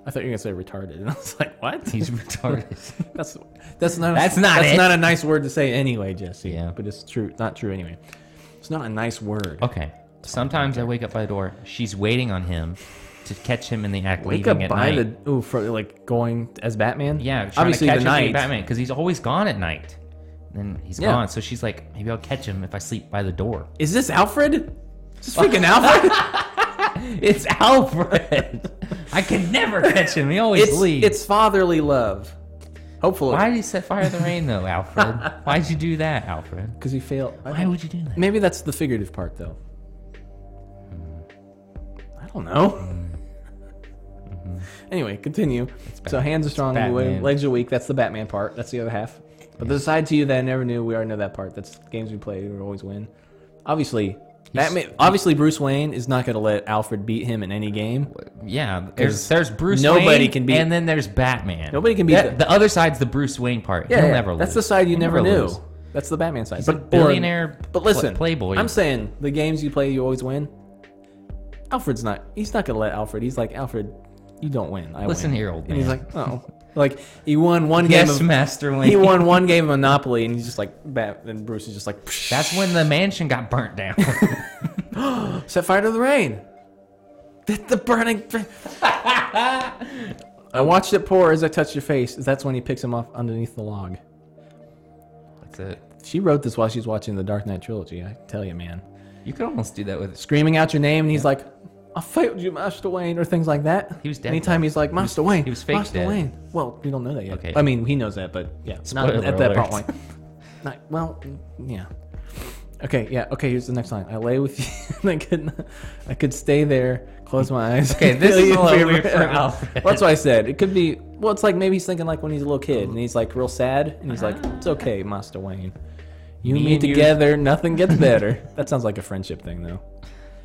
I thought you were gonna say retarded, and I was like, *laughs* "What? he's retarded. That's that's not That's not that's it. not a nice word to say anyway, Jesse. Yeah. but it's true. Not true anyway. It's not a nice word. okay. Sometimes I wake up by the door. She's waiting on him to catch him in the act Wake leaving up at by night. the ooh, for, like going as Batman. Yeah, trying obviously to catch the him being night. Batman because he's always gone at night. Then he's Yeah. gone, so she's like, maybe I'll catch him if I sleep by the door. Is *laughs* this Alfred? Is this freaking Alfred? *laughs* It's Alfred. I can never catch him. He always It's, leaves. it's fatherly love. Hopefully. Why did he set fire to the rain though, Alfred? Why'd you do that, Alfred? Because he failed. Why would you do that? Maybe that's the figurative part, though. Hmm. I don't know. *laughs* Anyway, continue. So Bat- hands are strong, anyway, Batman. legs are weak. That's the Batman part. That's the other half. But the side to you that I never knew, we already know that part. That's games we play, we always win. Obviously, Batman, obviously Bruce Wayne is not going to let Alfred beat him in any game. Yeah, there's there's Bruce nobody Wayne, can beat- and then there's Batman. Nobody can beat That- the- the, other side's the Bruce Wayne part. Yeah, He'll yeah, never that's lose. the side you He'll never, knew. lose. That's the Batman side. a billionaire But pl- listen, playboy. I'm saying the games you play, you always win. Alfred's not. He's not gonna let Alfred. He's like Alfred, you don't win. I Listen win." here, old And he's man. like, oh, like he won *laughs* one game. Yes, of, Master *laughs* Wayne. He won one game of Monopoly, and he's just like Bat. And Bruce is just like, "Psh, That's when the mansion got *laughs* burnt down. set fire to the rain. The, the burning. *laughs* I watched it pour as I touched your face. That's when he picks him up underneath the log. that's it. She wrote this while she's watching the Dark Knight trilogy. I tell you, man. You could almost do that with. screaming out your name, and he's like, "I failed you, Master Wayne," or things like that. He was dead Anytime then. he's like, "Master Wayne," he was fake Master dead. Wayne. Well, we don't know that yet. Okay. I mean, he knows that, but yeah, not Spoiler at that alert. point. *laughs* Like, not, well, yeah. Okay, yeah. Okay, here's the next line. I lay with you, *laughs* and I could, not, I could stay there, close my eyes. Okay, this *laughs* feel is you a little feel weird my- for Alfred. Well, that's what I said. It could be. Well, it's like maybe he's thinking like when he's a little kid, and he's like real sad, and he's like, "It's okay, Master Wayne. You and Me me and you- together, nothing gets better." *laughs* that sounds like a friendship thing, though.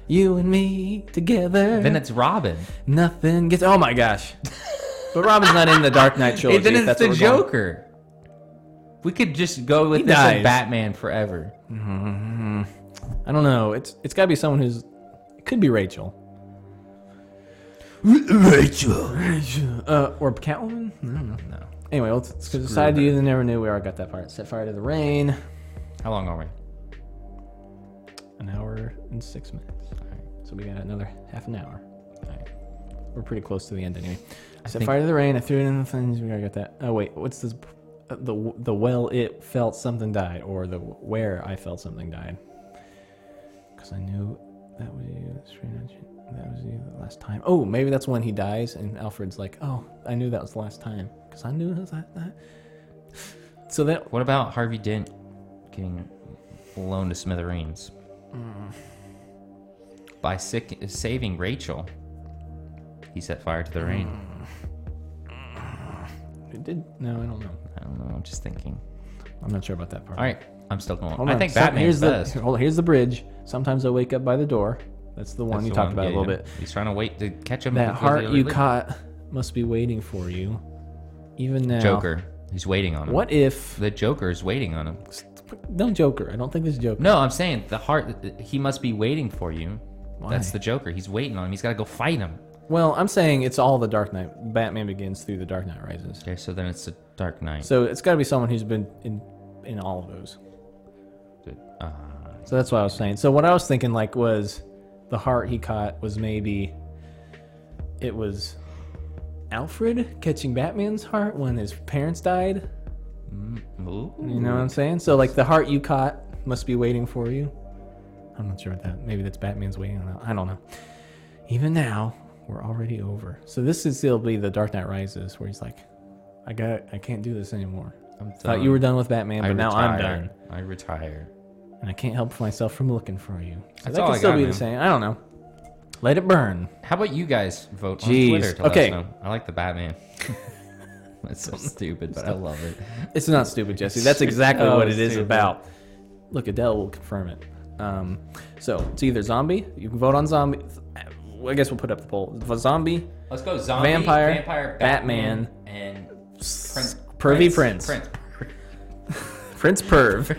You and me together, Then it's Robin. nothing gets. Oh my gosh! *laughs* But Robin's not in the Dark Knight trilogy. then if that's it's the what we're going- Joker. We could just go with He this dies. like Batman forever. I don't know. It's it's got to be someone who's. It could be Rachel. Rachel. Rachel, uh, or Catwoman. I don't know. No. Anyway, let's, let's go decide. You that never knew we already got that part. Set fire to the rain. How long are we? An hour and six minutes. All right. So we got another half an hour. All right. We're pretty close to the end anyway. I set think- fire to the rain. I threw it in the flames. We already got that. Oh wait, what's this? Uh, the the well it felt something died, or the where I felt something died. Because I knew that was you. that's right, that's you- That was you the last time. Oh, maybe that's when he dies, and Alfred's like, "Oh, I knew that was the last time, because I knew it was that." that. So that What about Harvey Dent getting blown to smithereens Mm. by sick, saving Rachel? He set fire to the Mm. rain. it did. No, I don't know. I don't know. I'm just thinking. I'm not sure about that part. All right, I'm still going. Hold I on. think Some- Batman's here's best. the hold on, here's the bridge. Sometimes I wake up by the door. That's the *laughs* one That's you the talked one, about a yeah, little yeah. bit. He's trying to wait to catch him. That before heart the other you leaves. caught must be waiting for you, even now. Joker. He's waiting on him. Oh. What if The Joker is waiting on him. no Joker? I don't think there's Joker. No, I'm saying the heart. He must be waiting for you. That's Why? the Joker. He's waiting on him. He's got to go fight him. Well, I'm saying it's all the Dark Knight. Batman begins through the Dark Knight Rises. Okay, so then it's the Dark Knight. So it's got to be someone who's been in in all of those. uh, So that's what I was saying. So what I was thinking like was the heart he caught was maybe it was Alfred catching Batman's heart when his parents died. You ooh. know what I'm saying? So like the heart you caught must be waiting for you. I'm not sure what that. Maybe that's Batman's waiting on. I don't know. Even now, we're already over. So this is still be the Dark Knight Rises, where he's like, I got, I can't do this anymore. I'm Thought you were done with Batman, but Uh, I now retire. I'm done, I retire. and I can't help myself from looking for you. So That's that all could I still got, be man. the same. I don't know. Let it burn. How about you guys vote Jeez. on Twitter to Okay. let us know? I like the Batman. *laughs* That's *laughs* so stupid, but I love it. It's not stupid, Jesse. That's exactly Oh, what it is stupid. about. Look, Adele will confirm it. Um, so it's either zombie. You can vote on zombie. I guess we'll put up the poll. V- Zombie, Let's go zombie, Vampire, vampire Batman, Batman, and Prince. pervy prince. Prince. *laughs* Prince Perv.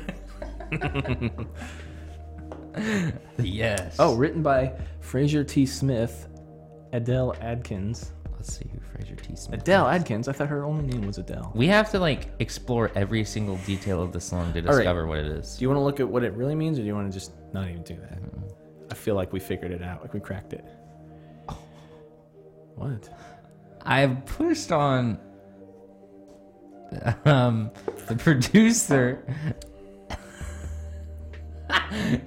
Yes. oh, written by Fraser T. Smith, Adele Adkins. let's see who Fraser T. Smith. Adele Adkins. I thought her only name was Adele. We have to like explore every single detail of the song to right. discover what it is. Do you want to look at what it really means, or do you want to just not even do that? I feel like we figured it out. Like we cracked it. Oh. What? I've pushed on um, the producer, *laughs*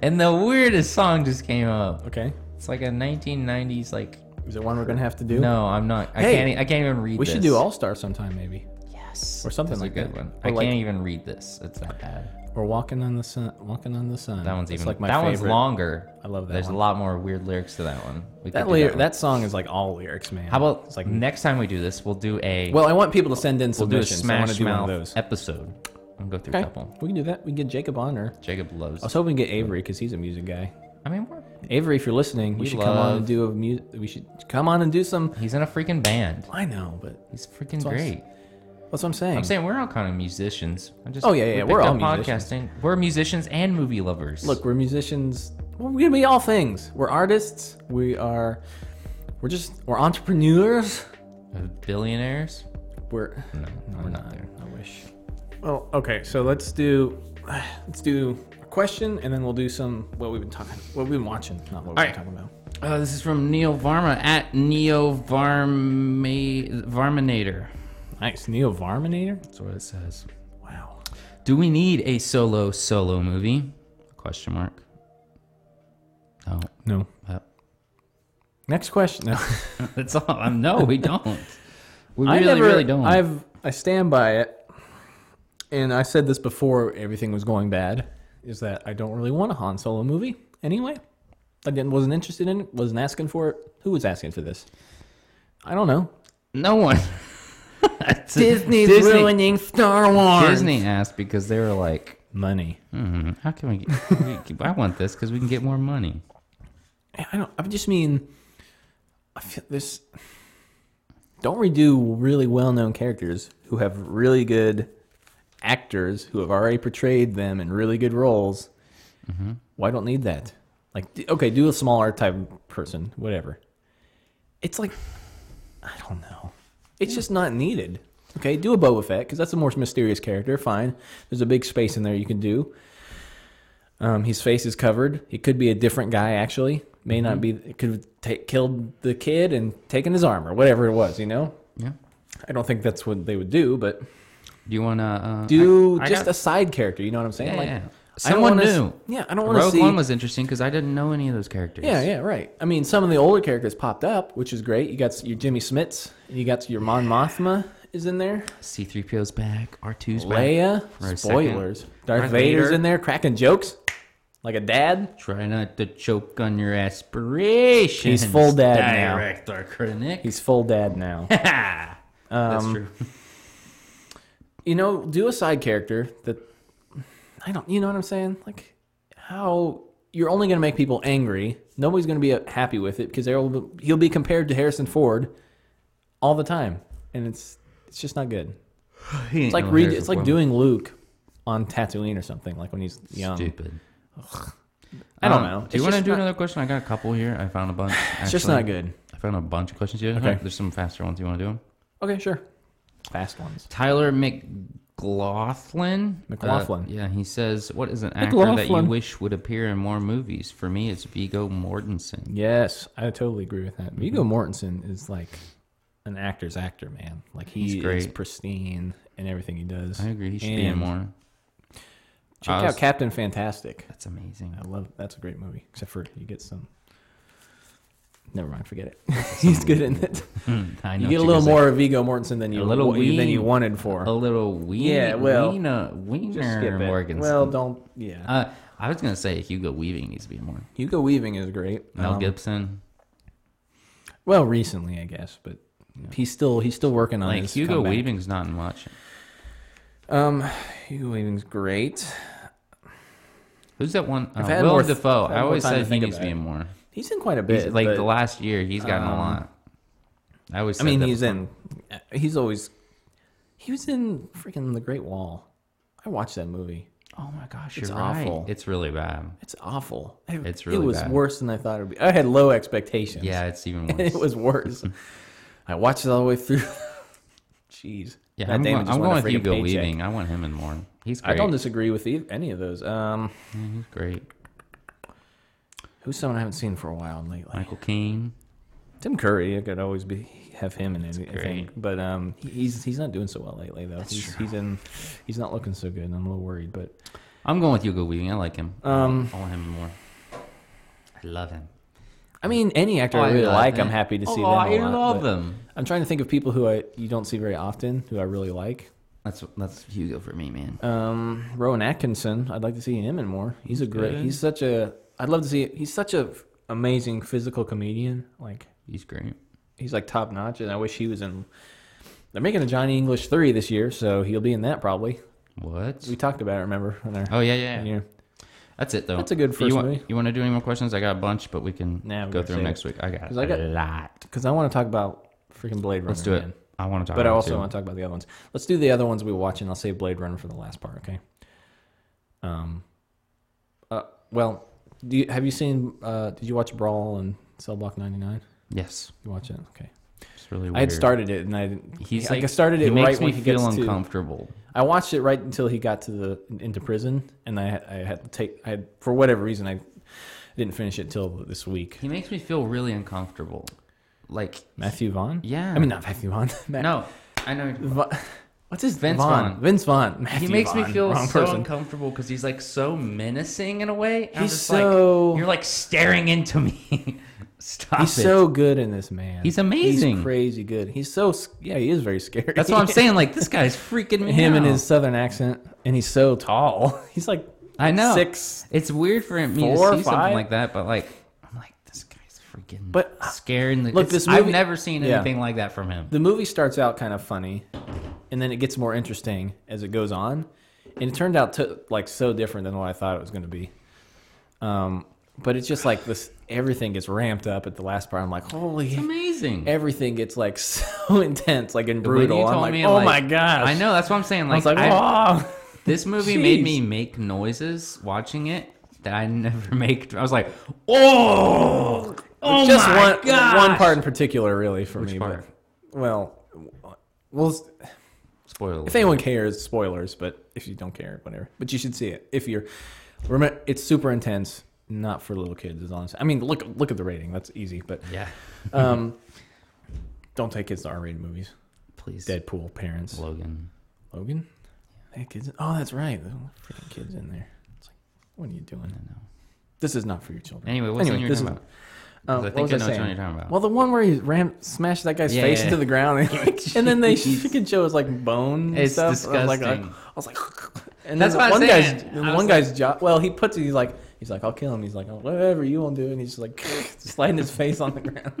and the weirdest song just came up. Okay. It's like a 1990s like Is there one we're gonna have to do? No, I'm not. I Hey, can't. e- I can't even read. We this. should do All Star sometime, maybe, Yes. or something That's like a good that. one. Or I like- can't even read this. It's that bad. Or Walking on the Sun. Walking on the Sun. That one's It's even. like my that favorite. one's longer. I love that There's one. a lot more weird lyrics to that one. We could That do lyric, one. that song is like all lyrics, man. How about it's like like? next time we do this, we'll do a Well, I want people to send in we'll do a submissions. so I want to Smash do one Mouth of those. episode. I'll go through a Okay, couple. we can do that. We can get Jacob on, or Jacob loves. I was hoping we can get Avery because he's a music guy. I mean, we're, Avery, if you're listening, we, We should come on love- and do a music. We should come on and do some. he's in a freaking band. I know, but He's freaking awesome. great. that's what I'm saying. I'm saying we're all kind of musicians. I just Oh, yeah, yeah, we we're all picked up musicians. podcasting. We're musicians and movie lovers. Look, we're musicians. Well, we're gonna be all things. We're artists. We are. We're just. We're entrepreneurs. Uh, billionaires. We're. No, we're not there. I wish. Well, okay. So let's do. *sighs* Let's do a question, and then we'll do some what we've been talking, what we've been watching, not what we've right. been talking about. Uh, this is from Neil Varma at Neo Varma Varminator. Nice, Neo Varminator. That's what it says. Wow. Do we need a solo solo movie? Question mark. Oh, No. well, Next question. *laughs* No, *laughs* that's all. I'm, no, we *laughs* don't. We I really, never. really don't. I've. I stand by it. And I said this before everything was going bad. Is that I don't really want a Han Solo movie anyway. I didn't. Wasn't interested in it. Wasn't asking for it. Who was asking for this? I don't know. no *laughs* one. That's it. Star Wars. Disney asked because they were like, money. hmm, "How can we? Get, we can- I want this because we can get more money." I I don't. I just mean, I feel this. Don't redo really well-known characters who have really good actors who have already portrayed them in really good roles. Why don't need that? Like, d- okay, do a smaller type of person, whatever. It's like, I don't know. It's just not needed. Okay, do a Boba Fett because that's a more mysterious character. Fine, there's a big space in there you can do. Um, his face is covered. It could be a different guy, actually. May not Mm-hmm. be. It could have ta- killed the kid and taken his arm or whatever it was. You know. Yeah. I don't think that's what they would do, but Do you want to uh, do I- I just got- a side character. You know what I'm saying? Yeah, like yeah. I don't Someone wanna s- new. yeah, I don't want to Rogue see. One was interesting because I didn't know any of those characters. yeah, yeah, right. I mean, some of the older characters popped up, which is great. You got s- your Jimmy Smits, and you got your Mon Mothma is in there. C-3PO's back. R2's back. Leia, For a spoilers. second. Darth Darth Vader's Vader. in there, cracking jokes like a dad. Try not to choke on your aspirations. He's full dad now. Director critic. He's Um, full dad now. *laughs* That's true. *laughs* you know, do a side character that I don't. You know what I'm saying? Like how you're only going to make people angry. Nobody's going to be uh, happy with it because they'll he'll be compared to Harrison Ford all the time, and it's it's just not good. It's like read, it's like doing Luke on Tatooine or something like when he's young. stupid. I don't Um, know. Do It's you want to just do not- another question? I got a couple here. I found a bunch. It's just not actually. good. I found a bunch of questions here. Okay. There's some faster ones. You want to do them? Okay, sure. Fast ones. Tyler McLaughlin. McLaughlin. Uh, yeah, he says, "What is an actor that you McLaughlin. wish would appear in more movies?" For me, it's Vigo Mortensen. Yes, I totally agree with that. Vigo Mortensen is like an actor's actor, man. Like he He's is great. pristine in everything he does. I agree. He should be in And more. Check I was- out Captain Fantastic. That's amazing. I love that's a great movie. Except for you get some. Never mind, forget it. *laughs* He's good in it. Hmm, I You know get a what little you're more of Vigo Mortensen than you A little wa- than you ween. wanted gonna for. say. A little wiener. Yeah, well, wiener, wiener Just skip it. Mortensen. Well, don't. Yeah, uh, I was gonna say Hugo Weaving needs to be in more. Hugo Weaving is great. Mel Um, Gibson. Well, recently, I guess, but he's still he's still working on Like his Hugo comeback. Weaving's not in much. Um, Hugo Weaving's great. Who's that one? Uh, had Will more- Defoe. I've had I more always time to said he think needs to about be it. in more. He's in quite a bit. He's, like but, the last year, he's gotten um, a lot. I always. I Said mean, that he's before. in. He's always. He was in freaking The Great Wall. I watched that movie. Oh my gosh, It's you're right. awful. It's really bad. It's awful. It- It's It really was bad. worse than I thought it would be. I had low expectations. Yeah, it's even and *laughs* worse. it was *laughs* worse. I watched it all the way through. *laughs* Jeez. yeah, Matt I'm, Damon going, just wanted I'm going a with freaking Hugo paycheck. Weaving. I want him in more. He's I great. don't disagree with e- any of those. Um, Yeah, he's great. who's someone I haven't seen for a while lately? Michael Caine. Tim Curry, I could always be have him in anything, great. but um, he- he's he's not doing so well lately though. he's, he's in, he's not looking so good. and I'm a little worried, but I'm going with Hugo Weaving. I like him. I Um, want- I want him more. I love him. I mean, any actor Oh, I I really love like, it. I'm happy to see Oh, them. I a lot, love but them. I'm trying to think of people who I you don't see very often who I really like. That's that's Hugo for me, man. Um, Rowan Atkinson, I'd like to see him in more. He's a great. good. He's such a. I'd love to see. He's such a f- amazing physical comedian. Like He's great. he's like top notch, and I wish he was in. They're making a Johnny English three this year, so he'll be in that probably. What? We talked about it, remember? On our Oh yeah, yeah. yeah. That's it though. That's a good first you want, movie. You want to do any more questions? I got a bunch, but we can Nah, we go can through them save next week. I got 'Cause a I got- lot. Because I want to talk about freaking Blade Runner. Let's do man. it. I want to talk. But I about it, also too. want to talk about the other ones. Let's do the other ones we watch, and I'll save Blade Runner for the last part. Okay. Um. Uh. Well, do you, have you seen? Uh. Did you watch Brawl and Cell Block ninety nine? Yes, You watch it? Okay. it's really. Weird. I had started it, and I didn't. He's like, like, I started he it makes right me when he feel gets to. uncomfortable. I watched it right until he got to the into prison, and I had- I had to take I had for whatever reason I didn't finish it till this week. He makes me feel really uncomfortable. Like Matthew Vaughn. yeah, I mean not Matthew Vaughn. *laughs* Matt, no, I know. Va- What's his Vince Vaughn? Vaughn. Vince Vaughn. Matthew He makes me Vaughn. feel Wrong so person. uncomfortable because he's like so menacing in a way. And I'm He's just so- like, you're like staring into me. *laughs* Stop He's it. so good in this man. He's amazing. He's crazy good. He's so s- yeah. He is very *laughs* scary. That's what I'm saying. Like this guy's freaking me. Him and out. his southern accent, and he's so tall. *laughs* He's like I know. six. It's weird for me Four or to see five? something like that, but like I'm like this guy's freaking But, uh, scaring the look, it's- this movie- I've never seen Yeah. anything like that from him. The movie starts out kind of funny, and then it gets more interesting as it goes on, and it turned out to like so different than what I thought it was going to be. Um, but it's just like this. Everything gets ramped up at the last part. I'm like, holy It's amazing. *laughs* everything gets like *laughs* so intense, like and When you brutal. I'm told like, me, oh like- my gosh. I know that's what I'm saying. I Like, was like, I- wow. this movie made Jeez. me make noises watching it that I never *laughs* make. I was like, oh, *laughs* oh just my one gosh. one part in particular, really, for me. part? But, well, well, Spoiler. if anyone cares, spoilers. But if you don't care, whatever. But you should see it if you're. Remember, it's super intense. Not for little kids, is honest. I mean, look look at the rating. That's easy, *laughs* but Yeah. um, don't take kids to R-rated movies. Please. Deadpool parents. Logan. Logan? Hey, kids. Oh, that's right. There were freaking kids in there. It's like, what are you doing? know. This is not for your children. Anyway, what's anyway, Anyway, you're this talking is- Um, about? 'Cause I what was think I I know which saying? one you're talking about. Well, the one where he ram smashed that guy's Yeah, face yeah, into yeah. the ground, and, *laughs* and then they Jeez. freaking show his like bone. and It's stuff. I was like, I, disgusting. I was like, *laughs* and That's then what I'm one saying. guy's I then was one like- guy's job. Well, he puts it. He's like, he's like, I'll kill him. He's like, oh, whatever you won't do, and he's just like *laughs* sliding his face on the *laughs* ground,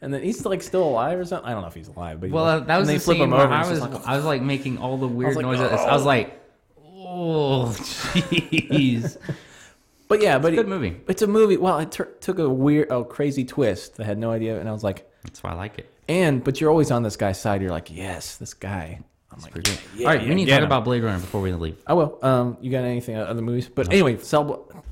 and then he's like still alive or something. I don't know if he's alive, but he Well, uh, that was and the they flip scene him where over. and I he's was, just like, I was like making all the weird like, noises. I was like, oh, *laughs* jeez. but yeah, but he- Good movie. It's a movie. Well, it tur took a weird, a crazy twist that I had no idea, and I was like, That's why I like it. and but you're always on this guy's side. You're like, yes, this guy. I'm like, Pretty good. yeah, all right, yeah, we need to get talk him. about Blade Runner before we leave. I will. Um, you got anything other movies? But anyway, Cell Blo-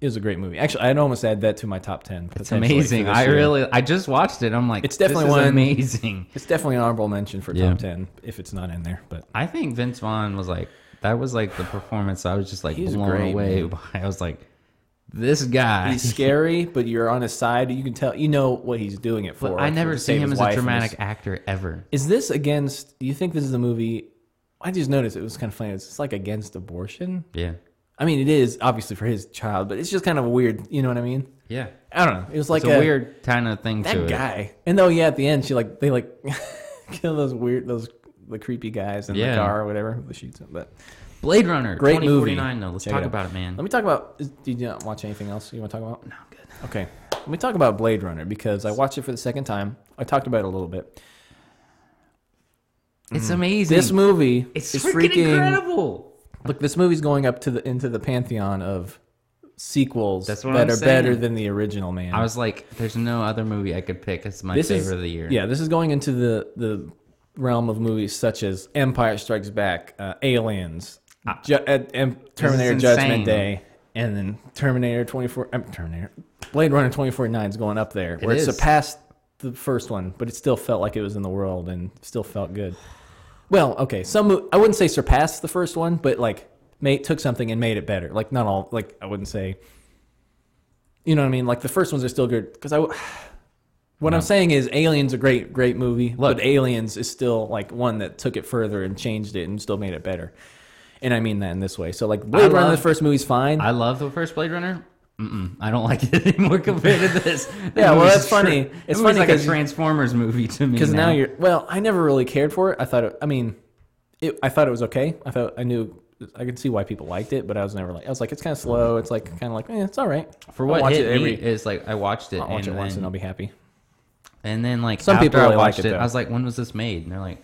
is a great movie. Actually, I'd almost add that to my top ten. It's potentially for amazing. this I year. really, I just watched it. I'm like, It's definitely this is one- amazing. It's definitely an honorable mention for Yeah. top ten if it's not in there. *laughs* But I think Vince Vaughn was like, that was like the performance. I was just like He's blown great, away by. I was like, this guy. he's scary, but you're on his side. You can tell. You know what he's doing it for. I never to see save him his as wife a and dramatic his- actor ever. Is this against? Do you think this is a movie? I just noticed it was kind of funny. It's like against abortion. Yeah, I mean, it is obviously for his child, but it's just kind of weird. You know what I mean? yeah. I don't know. It was like It's a, weird kind of thing to that it. guy. And though, yeah, at the end, she like they like *laughs* kill those weird those the creepy guys in Yeah. the car or whatever that shoots him. But Blade Runner. great movie. 2049, though. Let's Check talk out. about it, man. Let me talk about. Is, did you not watch anything else you want to talk about? No, I'm good. Okay. Let me talk about Blade Runner because I watched it for the second time. I talked about it a little bit. It's amazing. This movie Mm. it's is freaking, freaking incredible. Look, this movie's going up to the into the pantheon of sequels That's what that I'm are better saying. than the original. Man, I was like, there's no other movie I could pick. It's my This favorite is- of the year. Yeah, this is going into the the realm of movies such as Empire Strikes Back, uh, Aliens, Ju- uh, um, Terminator Ah. is Judgment insane. Day, and then Terminator 24 um, Terminator Blade Runner 2049 is going up there where it is. surpassed the first one, but it still felt like it was in the world and still felt good. Well, okay, some mo- I wouldn't say surpassed the first one, but like made took something and made it better. Like not all like I wouldn't say you know what I mean? Like the first ones are still good because I. w- *sighs* What I'm saying is, Aliens a great, great movie, but Aliens is still like one that took it further and changed it and still made it better. And I mean that in this way. So like Blade Runner, love- the first movie's fine. I love the first Blade Runner. Mm-mm, I don't like it *laughs* anymore compared to this. That Yeah, well, movie's that's funny. tr- It's that movie's funny like a 'cause you- Transformers movie to me. Because now. you're well. I never really cared for it. I thought. It, I mean, it, I thought it was okay. I thought I knew. I could see why people liked it, but I was never like. I was like, it's kind of slow. It's like kind of like, eh, it's all right. for I'll what watch hit it every. me is like I watched it I'll watch and it once and I'll then, be happy. and then like Some after people I really liked watched it, it, though. I was like, when was this made? And they're like,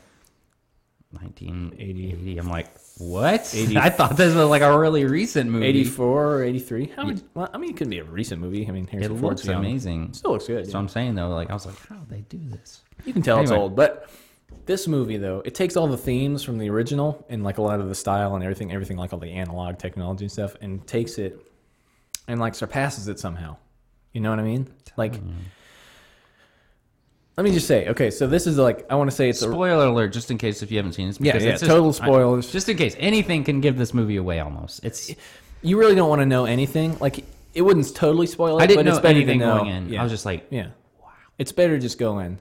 1980. I'm like, what? Eighty- *laughs* I thought this was like a really recent movie. Eighty four or eighty three. How many, well, I mean, it could be a recent movie. I mean, It Harrison Ford's looks young. amazing. Still looks good. So I'm saying though, like I was like, how did they do this? You can tell it's Anyway. old, but this movie though, it takes all the themes from the original and like a lot of the style and everything, everything like all the analog technology and stuff, and takes it and like surpasses it somehow. You know what I mean? Like, let me just say, okay, so this is like I want to say it's a Spoiler alert, just in case if you haven't seen this. yeah, because yeah, it's total I- spoilers. just in case anything can give this movie away. Almost, it's. you really don't want to know anything. Like, it wouldn't totally spoil it. I but didn't it's know better to anything know. going in. Yeah, I was just like, yeah, wow. It's better just go in.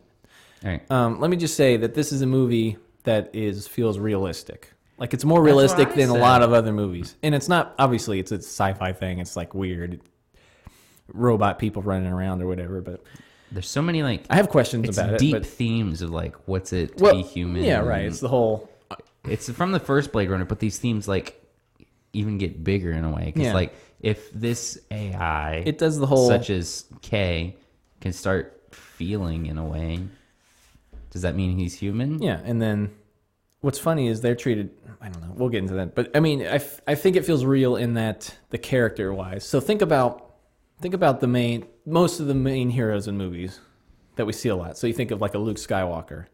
all right. Um, let me just say that this is a movie that is feels realistic. Like it's more what realistic I than a said. lot of other movies, and it's not obviously it's a sci-fi thing. It's like weird robot people running around or whatever. But There's so many like I have questions it's about deep it. themes of like what's it But to be human. Yeah, right. It's the whole. It's from the first Blade Runner, but these themes like even get bigger in a way because Yeah. like if this AI It does the whole. such as K can start feeling in a way, does that mean he's human? yeah, and then what's funny is they're treated. I don't know. We'll get into that, but I mean, I, f- I think it feels real in that the character wise. So think about think about the main most of the main heroes in movies that we see a lot. So you think of like a Luke Skywalker,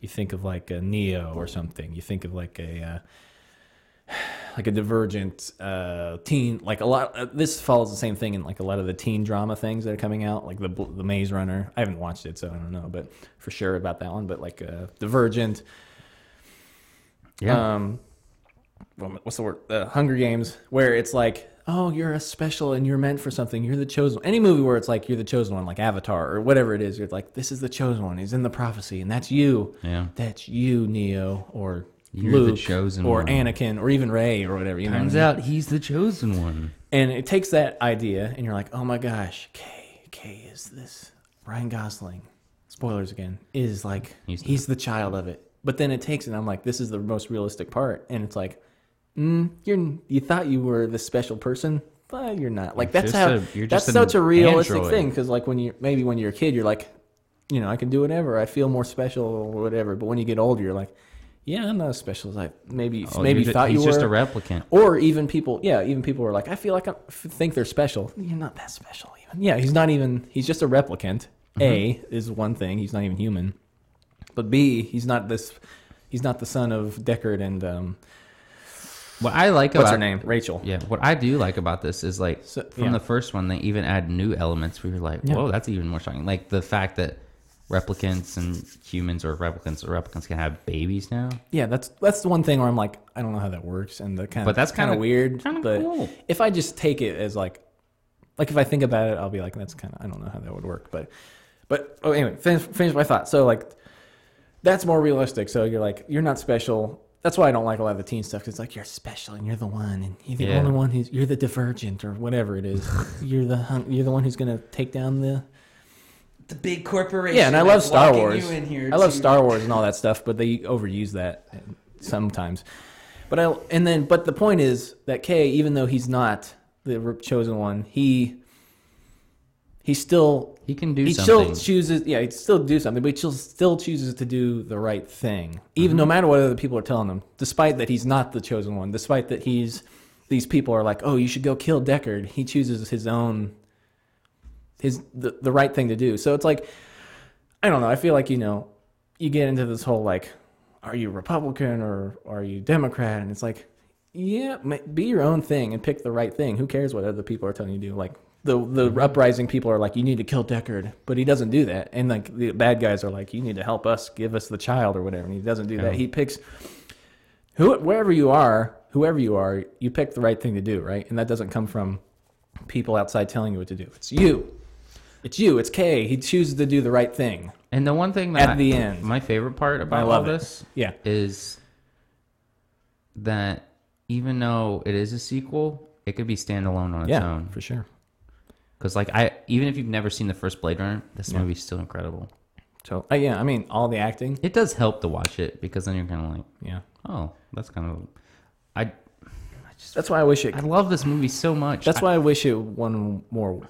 you think of like a Neo or something, you think of like a uh, like a divergent uh, teen. Like a lot, uh, this follows the same thing in like a lot of the teen drama things that are coming out, like the Bl- the Maze Runner. I haven't watched it, so I don't know, but for sure about that one. But like uh, Divergent, Yeah. um, what- what's the word? Uh, Hunger Games, where it's like, oh, you're a special and you're meant for something. You're the chosen. Any movie where it's like you're the chosen one, like Avatar or whatever it is, you're like, this is the chosen one. He's in the prophecy, and that's you. Yeah. That's you, Neo, or You're the Luke, chosen or one. Anakin, or even Ray, or whatever. You know, what I Turns mean? out he's the chosen one. and it takes that idea, and you're like, oh my gosh, K, K is this Ryan Gosling? Spoilers again. Is like He's he's, the- the child of it. But then it takes, it, and I'm like, this is the most realistic part, and it's like, mm, you're you thought you were the special person, but you're not. Like You're that's just how a- you're that's just such an a realistic android. thing because like when you maybe when you're a kid, you're like, you know, I can do whatever. I feel more special or whatever. But when you get older, you're like, yeah, I'm not as special as I maybe Oh, maybe you're ju- thought he's you were just a replicant. or even people yeah even people are like i feel like i f- think they're special you're not that special even Mm-hmm. yeah he's not even he's just a replicant a is one thing he's not even human but b he's not this he's not the son of deckard and um What I like what's about her name rachel Yeah, what I do like about this is like So- from yeah. the first one, they even add new elements. We were like, whoa, that's even more shocking. Like the fact that replicants and humans or replicants or replicants can have babies now. yeah that's that's the one thing where i'm like i don't know how that works and the kind of But that's kind of kinda- weird kinda but cool. if i just take it as like like if i think about it i'll be like that's kind of i don't know how that would work but but oh anyway finish, finish my thought so like that's more realistic. So you're like, you're not special. That's why I don't like a lot of the teen stuff. 'cause it's like you're special and you're the one, and you're the Yeah. only one who's you're the divergent or whatever it *laughs* is. you're the hun- you're the one who's gonna take down the the big corporation. yeah. And I that's love Star locking Wars. you in here I love to- Star Wars and all that stuff, but they overuse that sometimes. But I and then but the point is that Kay, even though he's not the re- chosen one, he he still He can do he still something. chooses yeah he'd still do something but he still- still chooses to do the right thing even Mm-hmm. no matter what other people are telling him despite that he's not the chosen one despite that he's these people are like oh you should go kill deckard he chooses his own his the, the right thing to do so it's like i don't know i feel like you know you get into this whole like are you republican or are you democrat and it's like yeah ma- be your own thing and pick the right thing who cares what other people are telling you to do like the the uprising people are like you need to kill deckard but he doesn't do that and like the bad guys are like you need to help us give us the child or whatever and he doesn't do that he picks who wherever you are whoever you are you pick the right thing to do right and that doesn't come from people outside telling you what to do it's you it's you it's k he chooses to do the right thing and the one thing that At the end. my favorite part about I love all it. this yeah is that even though it is a sequel, it could be standalone on its yeah own. for sure Because like I, even if you've never seen the first Blade Runner, this movie's still incredible. So uh, yeah, I mean all the acting. It does help to watch it because then you're kind of like, Yeah, oh, that's kind of, I, that's why I wish it. I love this movie so much. That's I- why I wish it won more.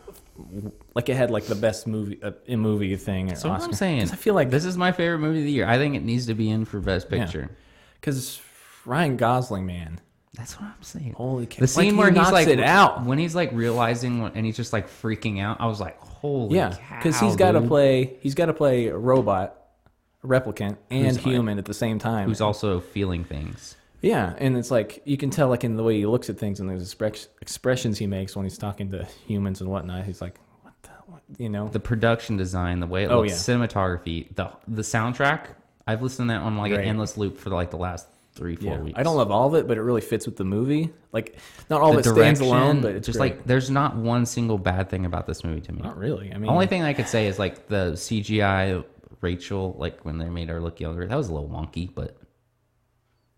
Like it had like the best movie uh, in movie thing. Or So what Oscar. I'm saying, 'Cause I feel like this is my favorite movie of the year. I think it needs to be in for Best Yeah. Picture. because Ryan Gosling, man, That's what I'm saying. holy cow. The scene he where he's knocks like it out. when he's like realizing what, and he's just like freaking out. I was like, holy Yeah, because because he's got to play. He's got to play a robot, a replicant, and Who's like- human at the same time. Who's also feeling things. Yeah, and it's like you can tell, like in the way he looks at things and those expre- expressions he makes when he's talking to humans and whatnot. He's like, what the, what? you know? The production design, the way it Oh, looks, cinematography, the the soundtrack. I've listened to that on like Great. an endless loop for like the last three four Yeah. weeks. I don't love all of it, but it really fits with the movie. Like, not all of the it stands direction, alone, but it's just great. like there's not one single bad thing about this movie to me. not really. I mean, The Only thing I could say is like the CGI Rachel, like when they made her look younger, that was a little wonky, but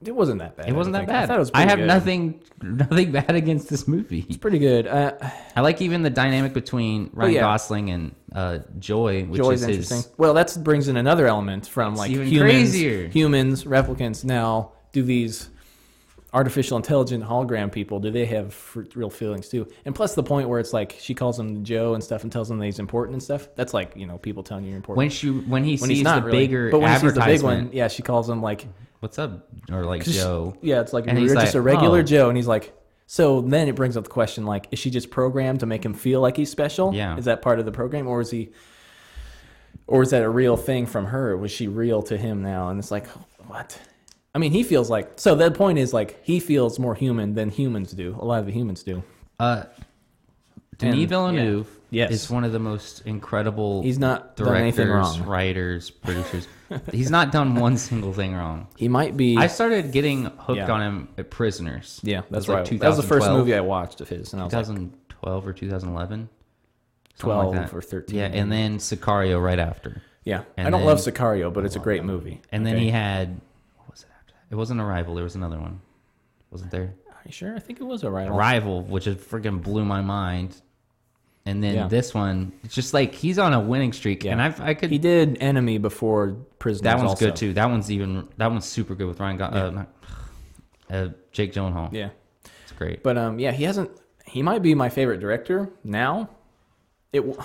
it wasn't that bad. it I wasn't don't that think. I bad. thought it I, was pretty have good. nothing, *laughs* nothing bad against this movie. It's pretty good. Uh, I like even the dynamic between Ryan yeah. Gosling and uh, Joy, which Joy's is interesting. his. Well, that brings in another element from like even humans, crazier. humans, replicants. Now, do these artificial intelligent hologram people do they have fr- real feelings too? And plus, the point where it's like she calls him Joe and stuff and tells him that he's important and stuff. That's like you know people telling you you're important When she, when he When sees the really. bigger But when he sees the advertisement, big one, yeah, she calls him like what's up, or like 'cause she- Joe, yeah, it's like And you're he's just like, a regular "Oh." Joe, and he's like. So then it brings up the question like, is she just programmed to make him feel like he's special? Yeah. Is that part of the program, or is he or is that a real thing from her? Was she real to him now? And it's like, what? I mean, he feels like so. The point is like he feels more human than humans do. A lot of the humans do. uh, Denis And- Villeneuve yeah. Yes. is one of the most incredible. He's not done directors, anything wrong. *laughs* writers, producers. he's not done one single thing wrong. He might be. I started getting hooked Yeah. on him at Prisoners. yeah, that's It was like right. that was the first 2012. movie I watched of his, and I was like, 2012 or 2011. 12 or 13. Yeah, and then Sicario right after. yeah, and I don't then- love Sicario, but it's a great movie. And then Okay. he had what was it after? that? It wasn't Arrival. There was another one, wasn't there? Are you sure? I think it was a right. Arrival, which is freaking blew my mind. And then Yeah. this one, it's just like he's on a winning streak, and I've, I could. He did Enemy before Prisoners. that one's also. good too. That one's even. That one's super good with Ryan. Go- uh, not, *sighs* uh, Jake Gyllenhaal. Yeah, it's great. But um, yeah, he hasn't. He might be my favorite director now. It w-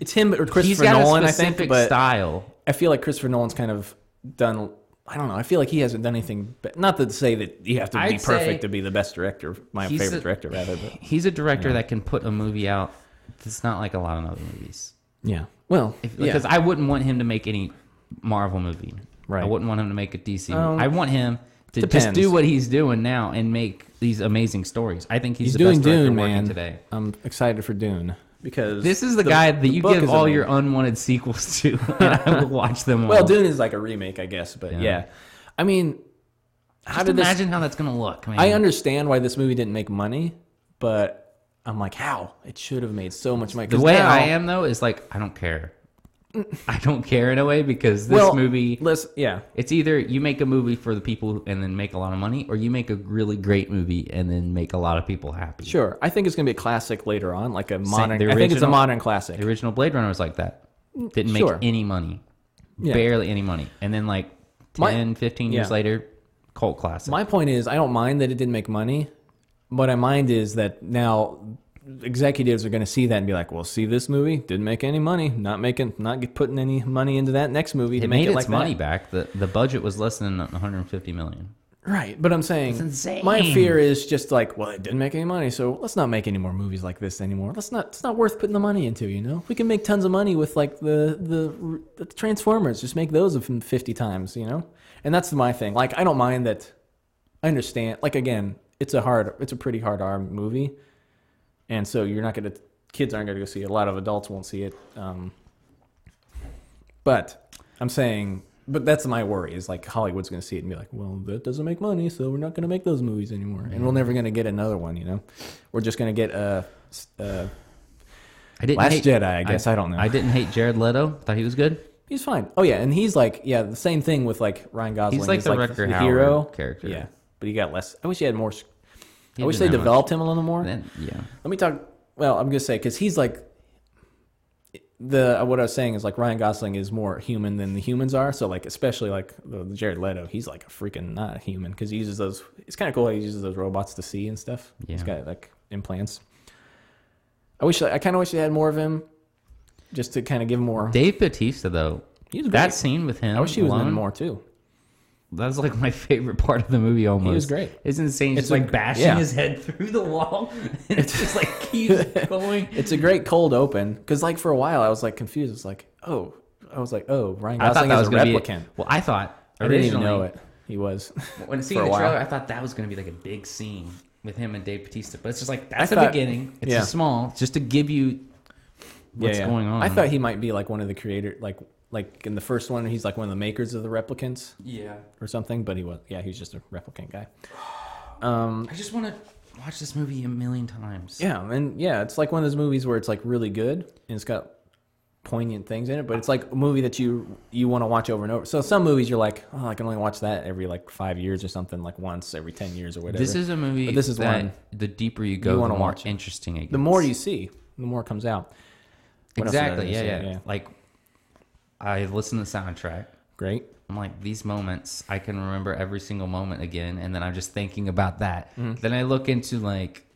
it's him or Christopher he's got Nolan, a I think. specific But style. I feel like Christopher Nolan's kind of done. I don't know. I feel like he hasn't done anything. But not to say that you have to be I'd say perfect to be the best director. My he's favorite a- director, rather. But He's a director that can put a movie out that's not like a lot of other movies. yeah. Well, If, yeah. Because I wouldn't want him to make any Marvel movie. Right. I wouldn't want him to make a DC Um, movie. I want him to just depends. do what he's doing now and make these amazing stories. I think he's, he's the doing best director Dune, working man. today. I'm excited for Dune because This is the, guy that you book give is all amazing. your unwanted *laughs* sequels to, and I will watch them all. Well, Dune is like a remake, I guess. But yeah, Yeah. I mean, how Just did this? imagine how that's going to look, man. I understand why this movie didn't make money, but I'm like, how? It should have made so much money. The 'Cause way now- I am, though, is like, I *laughs* don't care. I don't care in a way because this well, movie Listen, yeah, It's either you make a movie for the people and then make a lot of money, or you make a really great movie and then make a lot of people happy. sure. I think it's gonna be a classic later on, like a modern. the I think it's a original- modern classic. The original Blade Runner was like that. Didn't make Mm, sure. any money, Yeah. barely any money. And then like 10, My- 15 years yeah. later, cult classic. My point is, I don't mind that it didn't make money. What I mind is that now executives are going to see that and be like, "Well, see, this movie didn't make any money. Not making, not get- putting any money into that next movie to it make made it its like money that." back. The the budget was less than 150 million. Right, but I'm saying insane. my fear is just like, well, it didn't make any money, so let's not make any more movies like this anymore. Let's not. It's not worth putting the money into. You know, we can make tons of money with like the the, the Transformers. Just make those of them 50 times. You know, and that's my thing. Like, I don't mind that. I understand. Like again, it's a hard, it's a pretty hard R movie, and so you're not gonna. Kids aren't gonna go see it. A lot of adults won't see it. Um, but I'm saying, but that's my worry is like Hollywood's going to see it and be like, well, that doesn't make money, so we're not going to make those movies anymore, and Mm-hmm. we're never going to get another one. You know, we're just going to get a. Uh, uh, I didn't Last hate, Jedi, I guess. I don't know. I didn't hate Jared Leto. Thought he was good. he's fine. Oh yeah, and he's like, yeah, the same thing with like Ryan Gosling. like the Rutger Hauer character. Yeah, but he got less. I wish he had more. sc- He I wish they didn't have much. developed him a little more. Then yeah, Let me talk. Well, I'm gonna say because he's like the uh, what I was saying is like Ryan Gosling is more human than the humans are. So like especially like the the Jared Leto, he's like a freaking not a human because he uses those. It's kind of cool. how He uses those robots to see and stuff. He's Yeah. got like implants. I wish I kind of wish they had more of him, just to kind of give him more. Dave Batista though. He was That great. scene with him. I wish he was in alone, more too. That was like *laughs* my favorite part of the movie. Almost. great. It's insane. He's It's just, a- like bashing yeah. his head through the wall, *laughs* and it's just *laughs* like keeps going. It's a great cold open because like for a while I was like confused. It's like oh I was like oh Ryan I thought Gosling that is was a going to be. replicant. well, I thought I didn't even originally know it. He was. *laughs* when for seeing a the while. trailer, I thought that was going to be like a big scene with him and Dave Batista. But it's just like that's I the thought- beginning. It's yeah. just small, just to give you what's Yeah, yeah. going on. I thought he might be like one of the creator, like like in the first one, he's like one of the makers of the replicants Yeah. or something. But he was, yeah, he's just a replicant guy. I just want to watch this movie a million times. Yeah, and yeah, it's like one of those movies where it's like really good and it's got poignant things in it, but it's like a movie that you you want to watch over and over. So some movies you're like, oh, I can only watch that every like five years or something, like once every ten years or whatever. This is a movie. But this is that one- The deeper you go, wanna the more watch it. interesting it gets. the more you see, the more comes out. What else did I exactly. Yeah, say? yeah, Like I listen to the soundtrack. Great. I'm like these moments. I can remember every single moment again, and then I'm just thinking about that. Mm-hmm. Then I look into like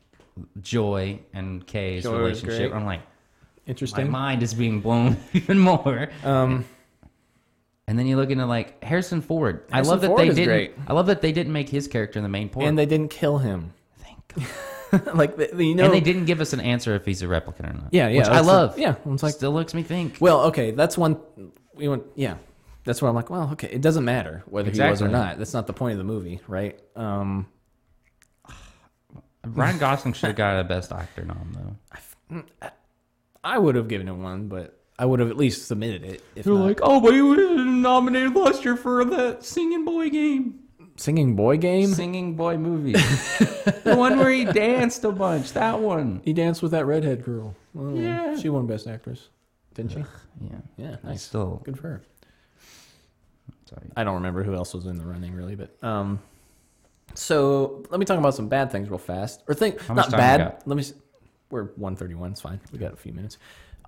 Joy and Kay's Joy was relationship. great. I'm like, my Interesting. mind is being blown *laughs* even more. Um, And then you look into like Harrison Ford. I love Harrison that Ford they is didn't. great. I love that they didn't make his character the main part. and they didn't kill him. *laughs* Thank God. like the, the- you know, and they didn't give us an answer if he's a replicant or not. Yeah, yeah, Which I that's a- love. yeah, it's like- still looks me think. Well, okay, that's one. We went, yeah, that's where I'm like, well, okay, it doesn't matter whether he was or Exactly. not. That's not the point of the movie, right? Um, Ryan Gosling should have got a Best Actor nom though. I would have given him one, but I would have at least submitted it. If not. oh, but he was nominated last year for that Singing Boy game, singing boy game. Singing Boy *laughs* movie, the one where he danced a bunch. That one. He danced with that redhead girl. Oh, Yeah. she won best actress, didn't she? Yeah. Yeah, I nice. still. Good for her. Sorry. I don't remember who else was in the running really, but um, so let me talk about some bad things real fast, or think much not time we bad. got? Let me. s- We're one thirty one. It's fine. We got a few minutes.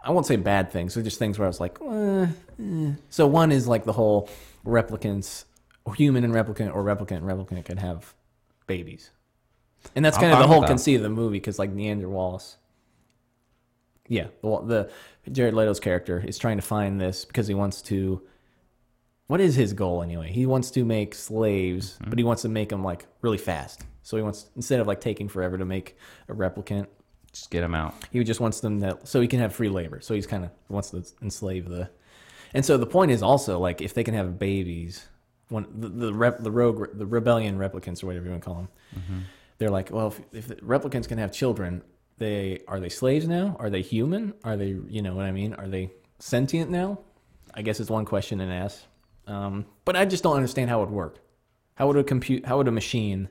I won't say bad things. They're just things where I was like, eh, eh. so one is like the whole replicants, human and replicant, or replicant and replicant can have babies, and that's I'm kind of fine the with whole that. conceit of the movie because like Neander Wallace. Yeah, the, wa- the Jared Leto's character is trying to find this because he wants to what is his goal anyway? He wants to make slaves, Mm-hmm. but he wants to make them like really fast. So he wants instead of like taking forever to make a replicant, Just get him out. he just wants them that so he can have free labor. So he's kind of wants to enslave the. And so the point is also like if they can have babies, when the the, rep, the rogue the rebellion replicants or whatever you want to call them, they're like, well, if, if the replicants can have children, they are they slaves now? Are they human? Are they you know what I mean? Are they sentient now? I guess it's one question and ask. Um, but I just don't understand how it would work. How would a compute? How would a machine?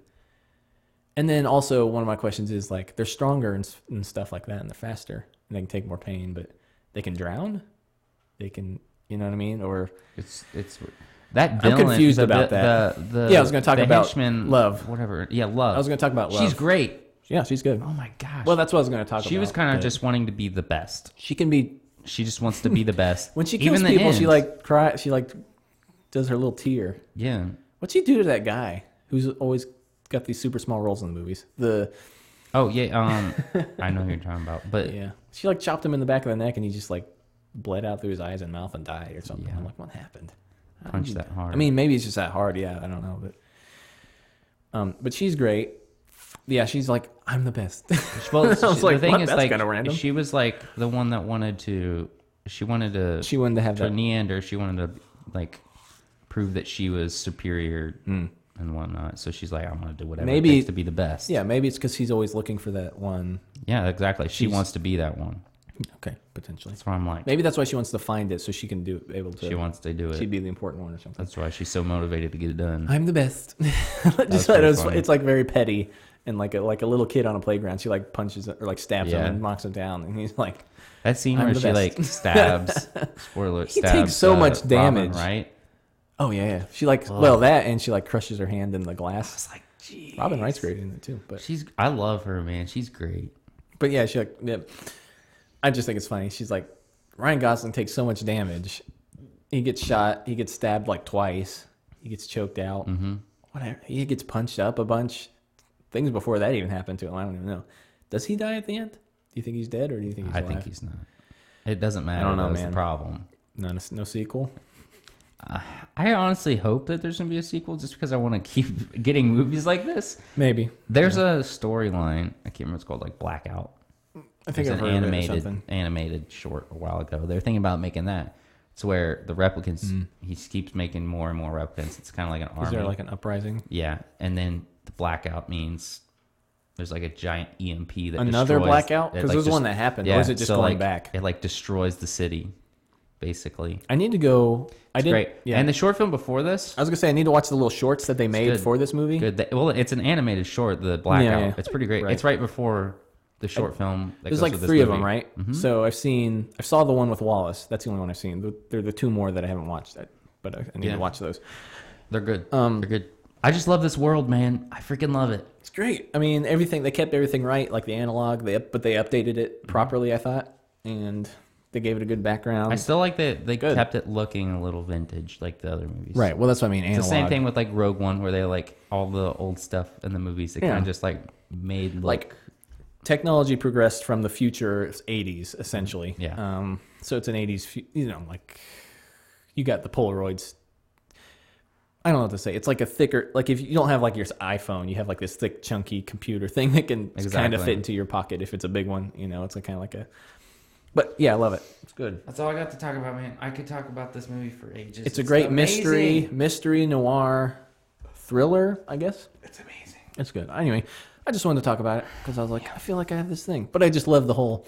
And then also one of my questions is like they're stronger and, s- and stuff like that, and they're faster, and they can take more pain, but they can drown. They can, you know what I mean? Or It's it's that I'm villain, confused the- about the- that. The, the, Yeah, I was gonna talk the about henchman, Love. whatever. Yeah, love. I was going to talk about love. She's great. yeah, she's good. Oh my gosh. Well, that's what I was going to talk about. she was kind of but just wanting to be the best. she can be She just wants to be the best. *laughs* when she Even kills the people. She end. like cry. She like does her little tear. yeah. What'd she do to that guy who's always got these super small roles in the movies? The Oh yeah. *laughs* Um, I know who you're talking about, but yeah, she like chopped him in the back of the neck, and he just like bled out through his eyes and mouth and died or something. Yeah. I'm like, what happened? How punch did you- that hard. I mean, maybe it's just that hard. Yeah, I don't know, but um, but she's great. Yeah, she's like, I'm the best. *laughs* well, I was she- like, the thing what? is, That's like, kinda random. she was like the one that wanted to. She wanted to. she wanted to have to that. Neander. She wanted to like prove that she was superior and whatnot. So she's like, I'm gonna do whatever Mm. Maybe- it takes to be the best. Yeah, maybe it's because he's always looking for that one. Yeah, exactly. She wants to be that one. Okay, potentially. That's why I'm like, Maybe that's why she wants to find it so she can do able to. she wants to do it. she'd be the important one or something. That's why she's so motivated to get it done. I'm the best. *laughs* was Just like, pretty it's, funny. it's like very petty and like a, like a little kid on a playground. She like punches or like stabs Yeah. him and knocks him down, and he's like, That scene I'm where the she best. *laughs* like stabs. spoiler. He takes stabs, uh, so much Robin, damage. right? "Oh yeah, yeah." She like, well that, and she like crushes her hand in the glass. like, gee. Robin Wright's great in it too, but She's. I love her, man. She's great. but yeah, she like, yeah. I just think it's funny. She's like, Ryan Gosling takes so much damage. He gets shot. He gets stabbed like twice. He gets choked out. Mm-hmm. Whatever. He gets punched up a bunch. Things before that even happened to him. I don't even know. Does he die at the end? Do you think he's dead or do you think he's I alive? think he's not. It doesn't matter. don't know, That's man. the problem. no, no sequel. I honestly hope that there's gonna be a sequel, just because I want to keep *laughs* getting movies like this. Maybe. There's a storyline. I can't remember what it's called, like Blackout. I think There's I've heard of it an or animated something. animated short a while ago. They're thinking about making that. It's where the replicants. He keeps making more and more replicants. It's kind of like an army. Mm. Is there like an uprising? yeah, and then the blackout means there's like a giant EMP that Another destroys- blackout? that, 'Cause there was one that happened, or is it just going like, back? It like destroys the city, basically. I need to go. I It's did. great. Yeah. And the short film before this, I was gonna say I need to watch the little shorts that they made good. for this movie. good. They- well, it's an animated short, the blackout. yeah. It's pretty great. Right. It's right before the short film. That There's goes like with this three of movie. Mm-hmm. them, right? So I've seen. I saw the one with Wallace. That's the only one I've seen. The- There are the two more that I haven't watched. I- But I I need Yeah. to watch those. They're good. Um, They're good. I just love this world, man. I freaking love it. It's great. I mean, everything they kept everything right, like the analog. They up- but they updated Mm-hmm. it properly, I thought, and they gave it a good background. I still like that they Um, Good. kept it looking a little vintage, like the other movies. right. Well, that's what I mean. Analog. It's the same thing with like Rogue One, where they like all the old stuff in the movies. They Yeah. kind of just like made look. Like technology progressed from the future '80s, essentially. Yeah. Um, so it's an '80s, fu- you know, like you got the Polaroids. I don't know what to say. It's like a thicker, like if you don't have like your iPhone, you have like this thick, chunky computer thing that can kind of Exactly. fit into your pocket if it's a big one. You know, it's like kind of like a. But yeah, I love it. It's good. That's all I got to talk about, man. I could talk about this movie for ages. It's a great mystery, amazing. mystery noir, thriller. I guess It's amazing. it's good. Anyway, I just wanted to talk about it because I was like, I feel like I have this thing, but I just love the whole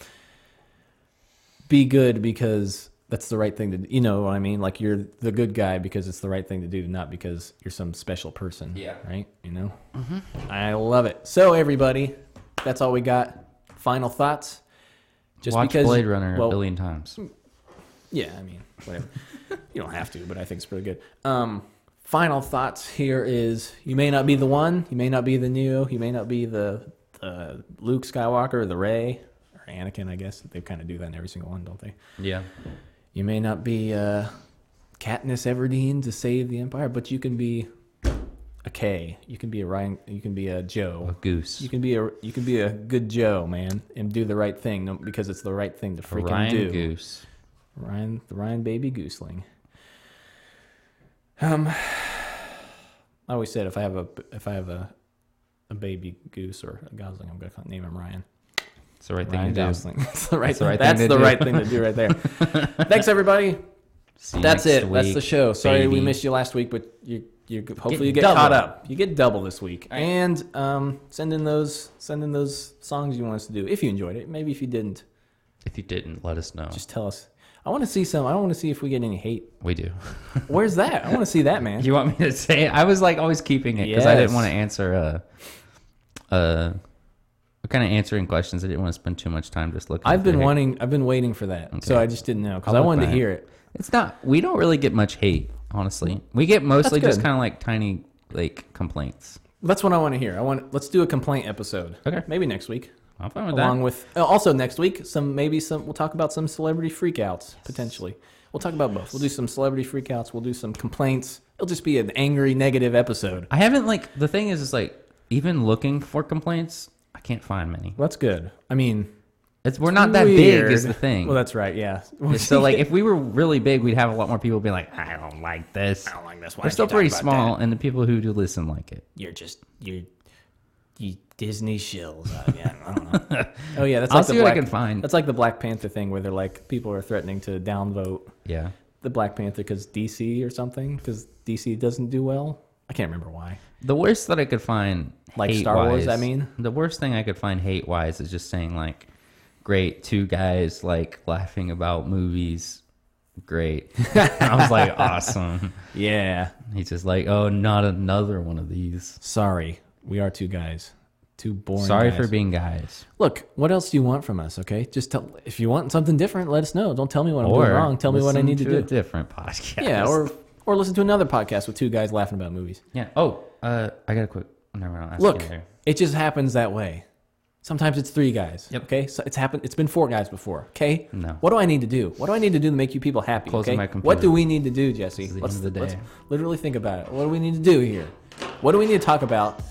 be good because that's the right thing to. You know what I mean? Like you're the good guy because it's the right thing to do, not because you're some special person. Yeah. Right. You know. Mm-hmm. I love it. So everybody, that's all we got. Final thoughts. Just Watch Blade Runner well, hmm. a billion times. yeah, I mean, whatever. *laughs* you don't have to, but I think it's pretty good. Um, final thoughts here is you may not be the one, you may not be the Neo, you may not be the uh, Luke Skywalker or the Ray or Anakin, I guess. They kind of do that in every single one, don't they? Yeah. You may not be uh, Katniss Everdeen to save the Empire, but you can be a K. You can be a Ryan. You can be a Joe. A goose. You can be a you can be a good Joe, man, and do the right thing no- because it's the right thing to A freaking Ryan do. Goose. Ryan, the Ryan baby gooseling. Um, *sighs* I always said if I have a if I have a a baby goose or a gosling, I'm gonna call- name him Ryan. It's the right thing Ryan to do. Gosling. *laughs* That's the right. That's the the, right, right thing that's to the do. right thing to do right there. *laughs* Thanks everybody. See you That's next it. That's the week, show. Sorry we baby. missed you last week, but you you hopefully Get you get double. caught up. You get double this week. And um, send in those send in those songs you want us to do if you enjoyed it. Maybe if you didn't, If you didn't, let us know. just tell us. I want to see some. I want to see if we get any hate. we do. Where's that? I want to see that, man. *laughs* You want me to say it? I was like always keeping it because I Yes. didn't want to answer uh uh kind of answering questions. I didn't want to spend too much time just looking. I've at the been hate. wanting. I've been waiting for that, so Okay. I just didn't know because I'll I look wanted to back. hear it. It's not. We don't really get much hate, honestly. We get mostly That's just good. kind of like tiny like complaints. That's what I want to hear. I want. Let's do a complaint episode. Okay. Maybe next week, I'm fine with along with uh, also next week. Some maybe some. We'll talk about some celebrity freakouts potentially. We'll talk about both. We'll do some celebrity freakouts. We'll do some complaints. It'll just be an angry, negative episode. I haven't like the thing is is like even looking for complaints, I can't find many. That's good. I mean, It's we're not that big is the weird. thing. Well, that's right. *laughs* Yeah. so *laughs* like if we were really big, we'd have a lot more people being like, I don't like this. I don't like this. We're still pretty small, and the people who do listen like it. you're just you're you Disney shills. Uh, yeah, I don't *laughs* know. oh yeah, that's I'll like see the what I Black- can find. That's like the Black Panther thing where they're like people are threatening to downvote Yeah. the Black Panther because DC or something because DC doesn't do well. I can't remember why. The worst that I could find, Like Star Wars, hate-wise- I mean? the worst thing I could find hate wise is just saying like, "Great, two guys like laughing about movies, great." *laughs* I *laughs* was like, "Awesome." Yeah, He's just like, "Oh, not another one of these." sorry, we are two guys, two boring. Sorry guys. for being guys. Look, what else do you want from us? Okay, just tell if you want something different, let us know. Don't tell me what I'm or doing wrong. Tell me what I listen need to, to do. A different podcast. yeah, or or listen to another podcast with two guys laughing about movies. yeah. Oh, uh, I got a quick. Never mind. I'll ask you Look, later. it just happens that way. Sometimes it's three guys. Yep. Okay. So it's happened. It's been four guys before. Okay. No. What do I need to do? What do I need to do to make you people happy? Closing okay? my What computer. do we need to do, Jesse? This is the let's, end of the let's day. literally think about it. What do we need to do here? What do we need to talk about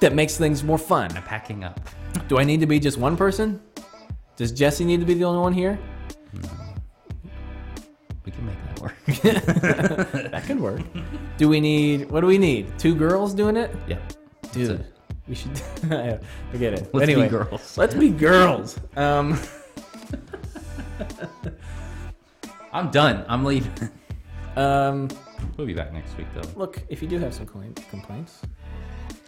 that makes things more fun? I'm packing up. Do I need to be just one person? Does Jesse need to be the only one here? We can make that work. *laughs* That could work. do we need? What do we need? Two girls doing it? yeah. Dude, it. we should *laughs* yeah, forget it. Let's be anyway, girls. Let's be girls. Um, I'm done. I'm leaving. *laughs* um, We'll be back next week though. look, if you do have some complaint, complaints,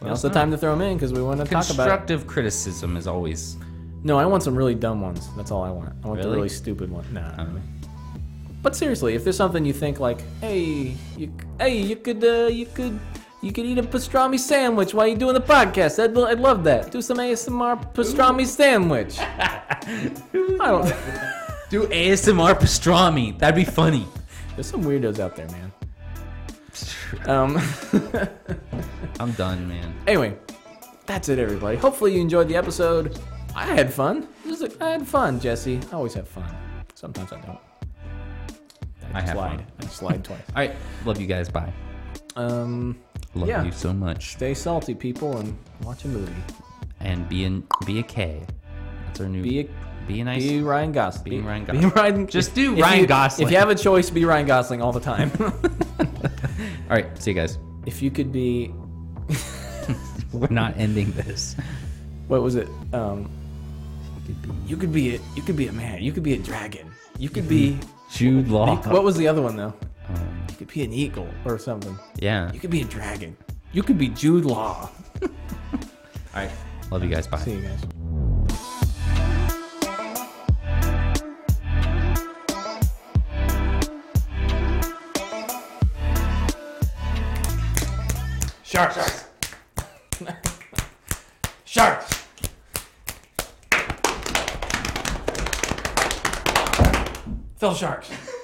Well, now's the no. time. time to throw them in because we want to talk about. It. Constructive criticism is always. No, I want some really dumb ones. That's all I want. I want the Really? really stupid one. Nah. Um, But seriously, if there's something you think like, hey, you, hey, you could, uh, you could, you could eat a pastrami sandwich while you're doing the podcast. I'd, I'd love that. Do some ASMR pastrami *laughs* sandwich. I don't. do ASMR pastrami. That'd be funny. There's some weirdos out there, man. Um. *laughs* I'm done, man. anyway, that's it, everybody. Hopefully you enjoyed the episode. I had fun. This is- I had fun, Jesse. I always have fun. Sometimes I don't. I have slide. fun. I slide twice. *laughs* All right. Love you guys. Bye. Um, Love Yeah. you so much. stay salty, people, and watch a movie. And be an be a K. That's our new Be a- be a nice. Be Ryan Gosling. Be Ryan Be Gosling. Ryan, Just do if Ryan you- Gosling. If you have a choice, be Ryan Gosling all the *laughs* time. All right. See you guys. if you could be, We're not ending this. what was it? Um, you could be a, you could be a man. You could be a dragon. You could be. Jude Law. What was the other one though? Um, You could be an eagle or something. yeah. You could be a dragon. You could be Jude Law. All right. Love you guys. Bye. See you guys. Sharks. Sharks. Phil Sharks.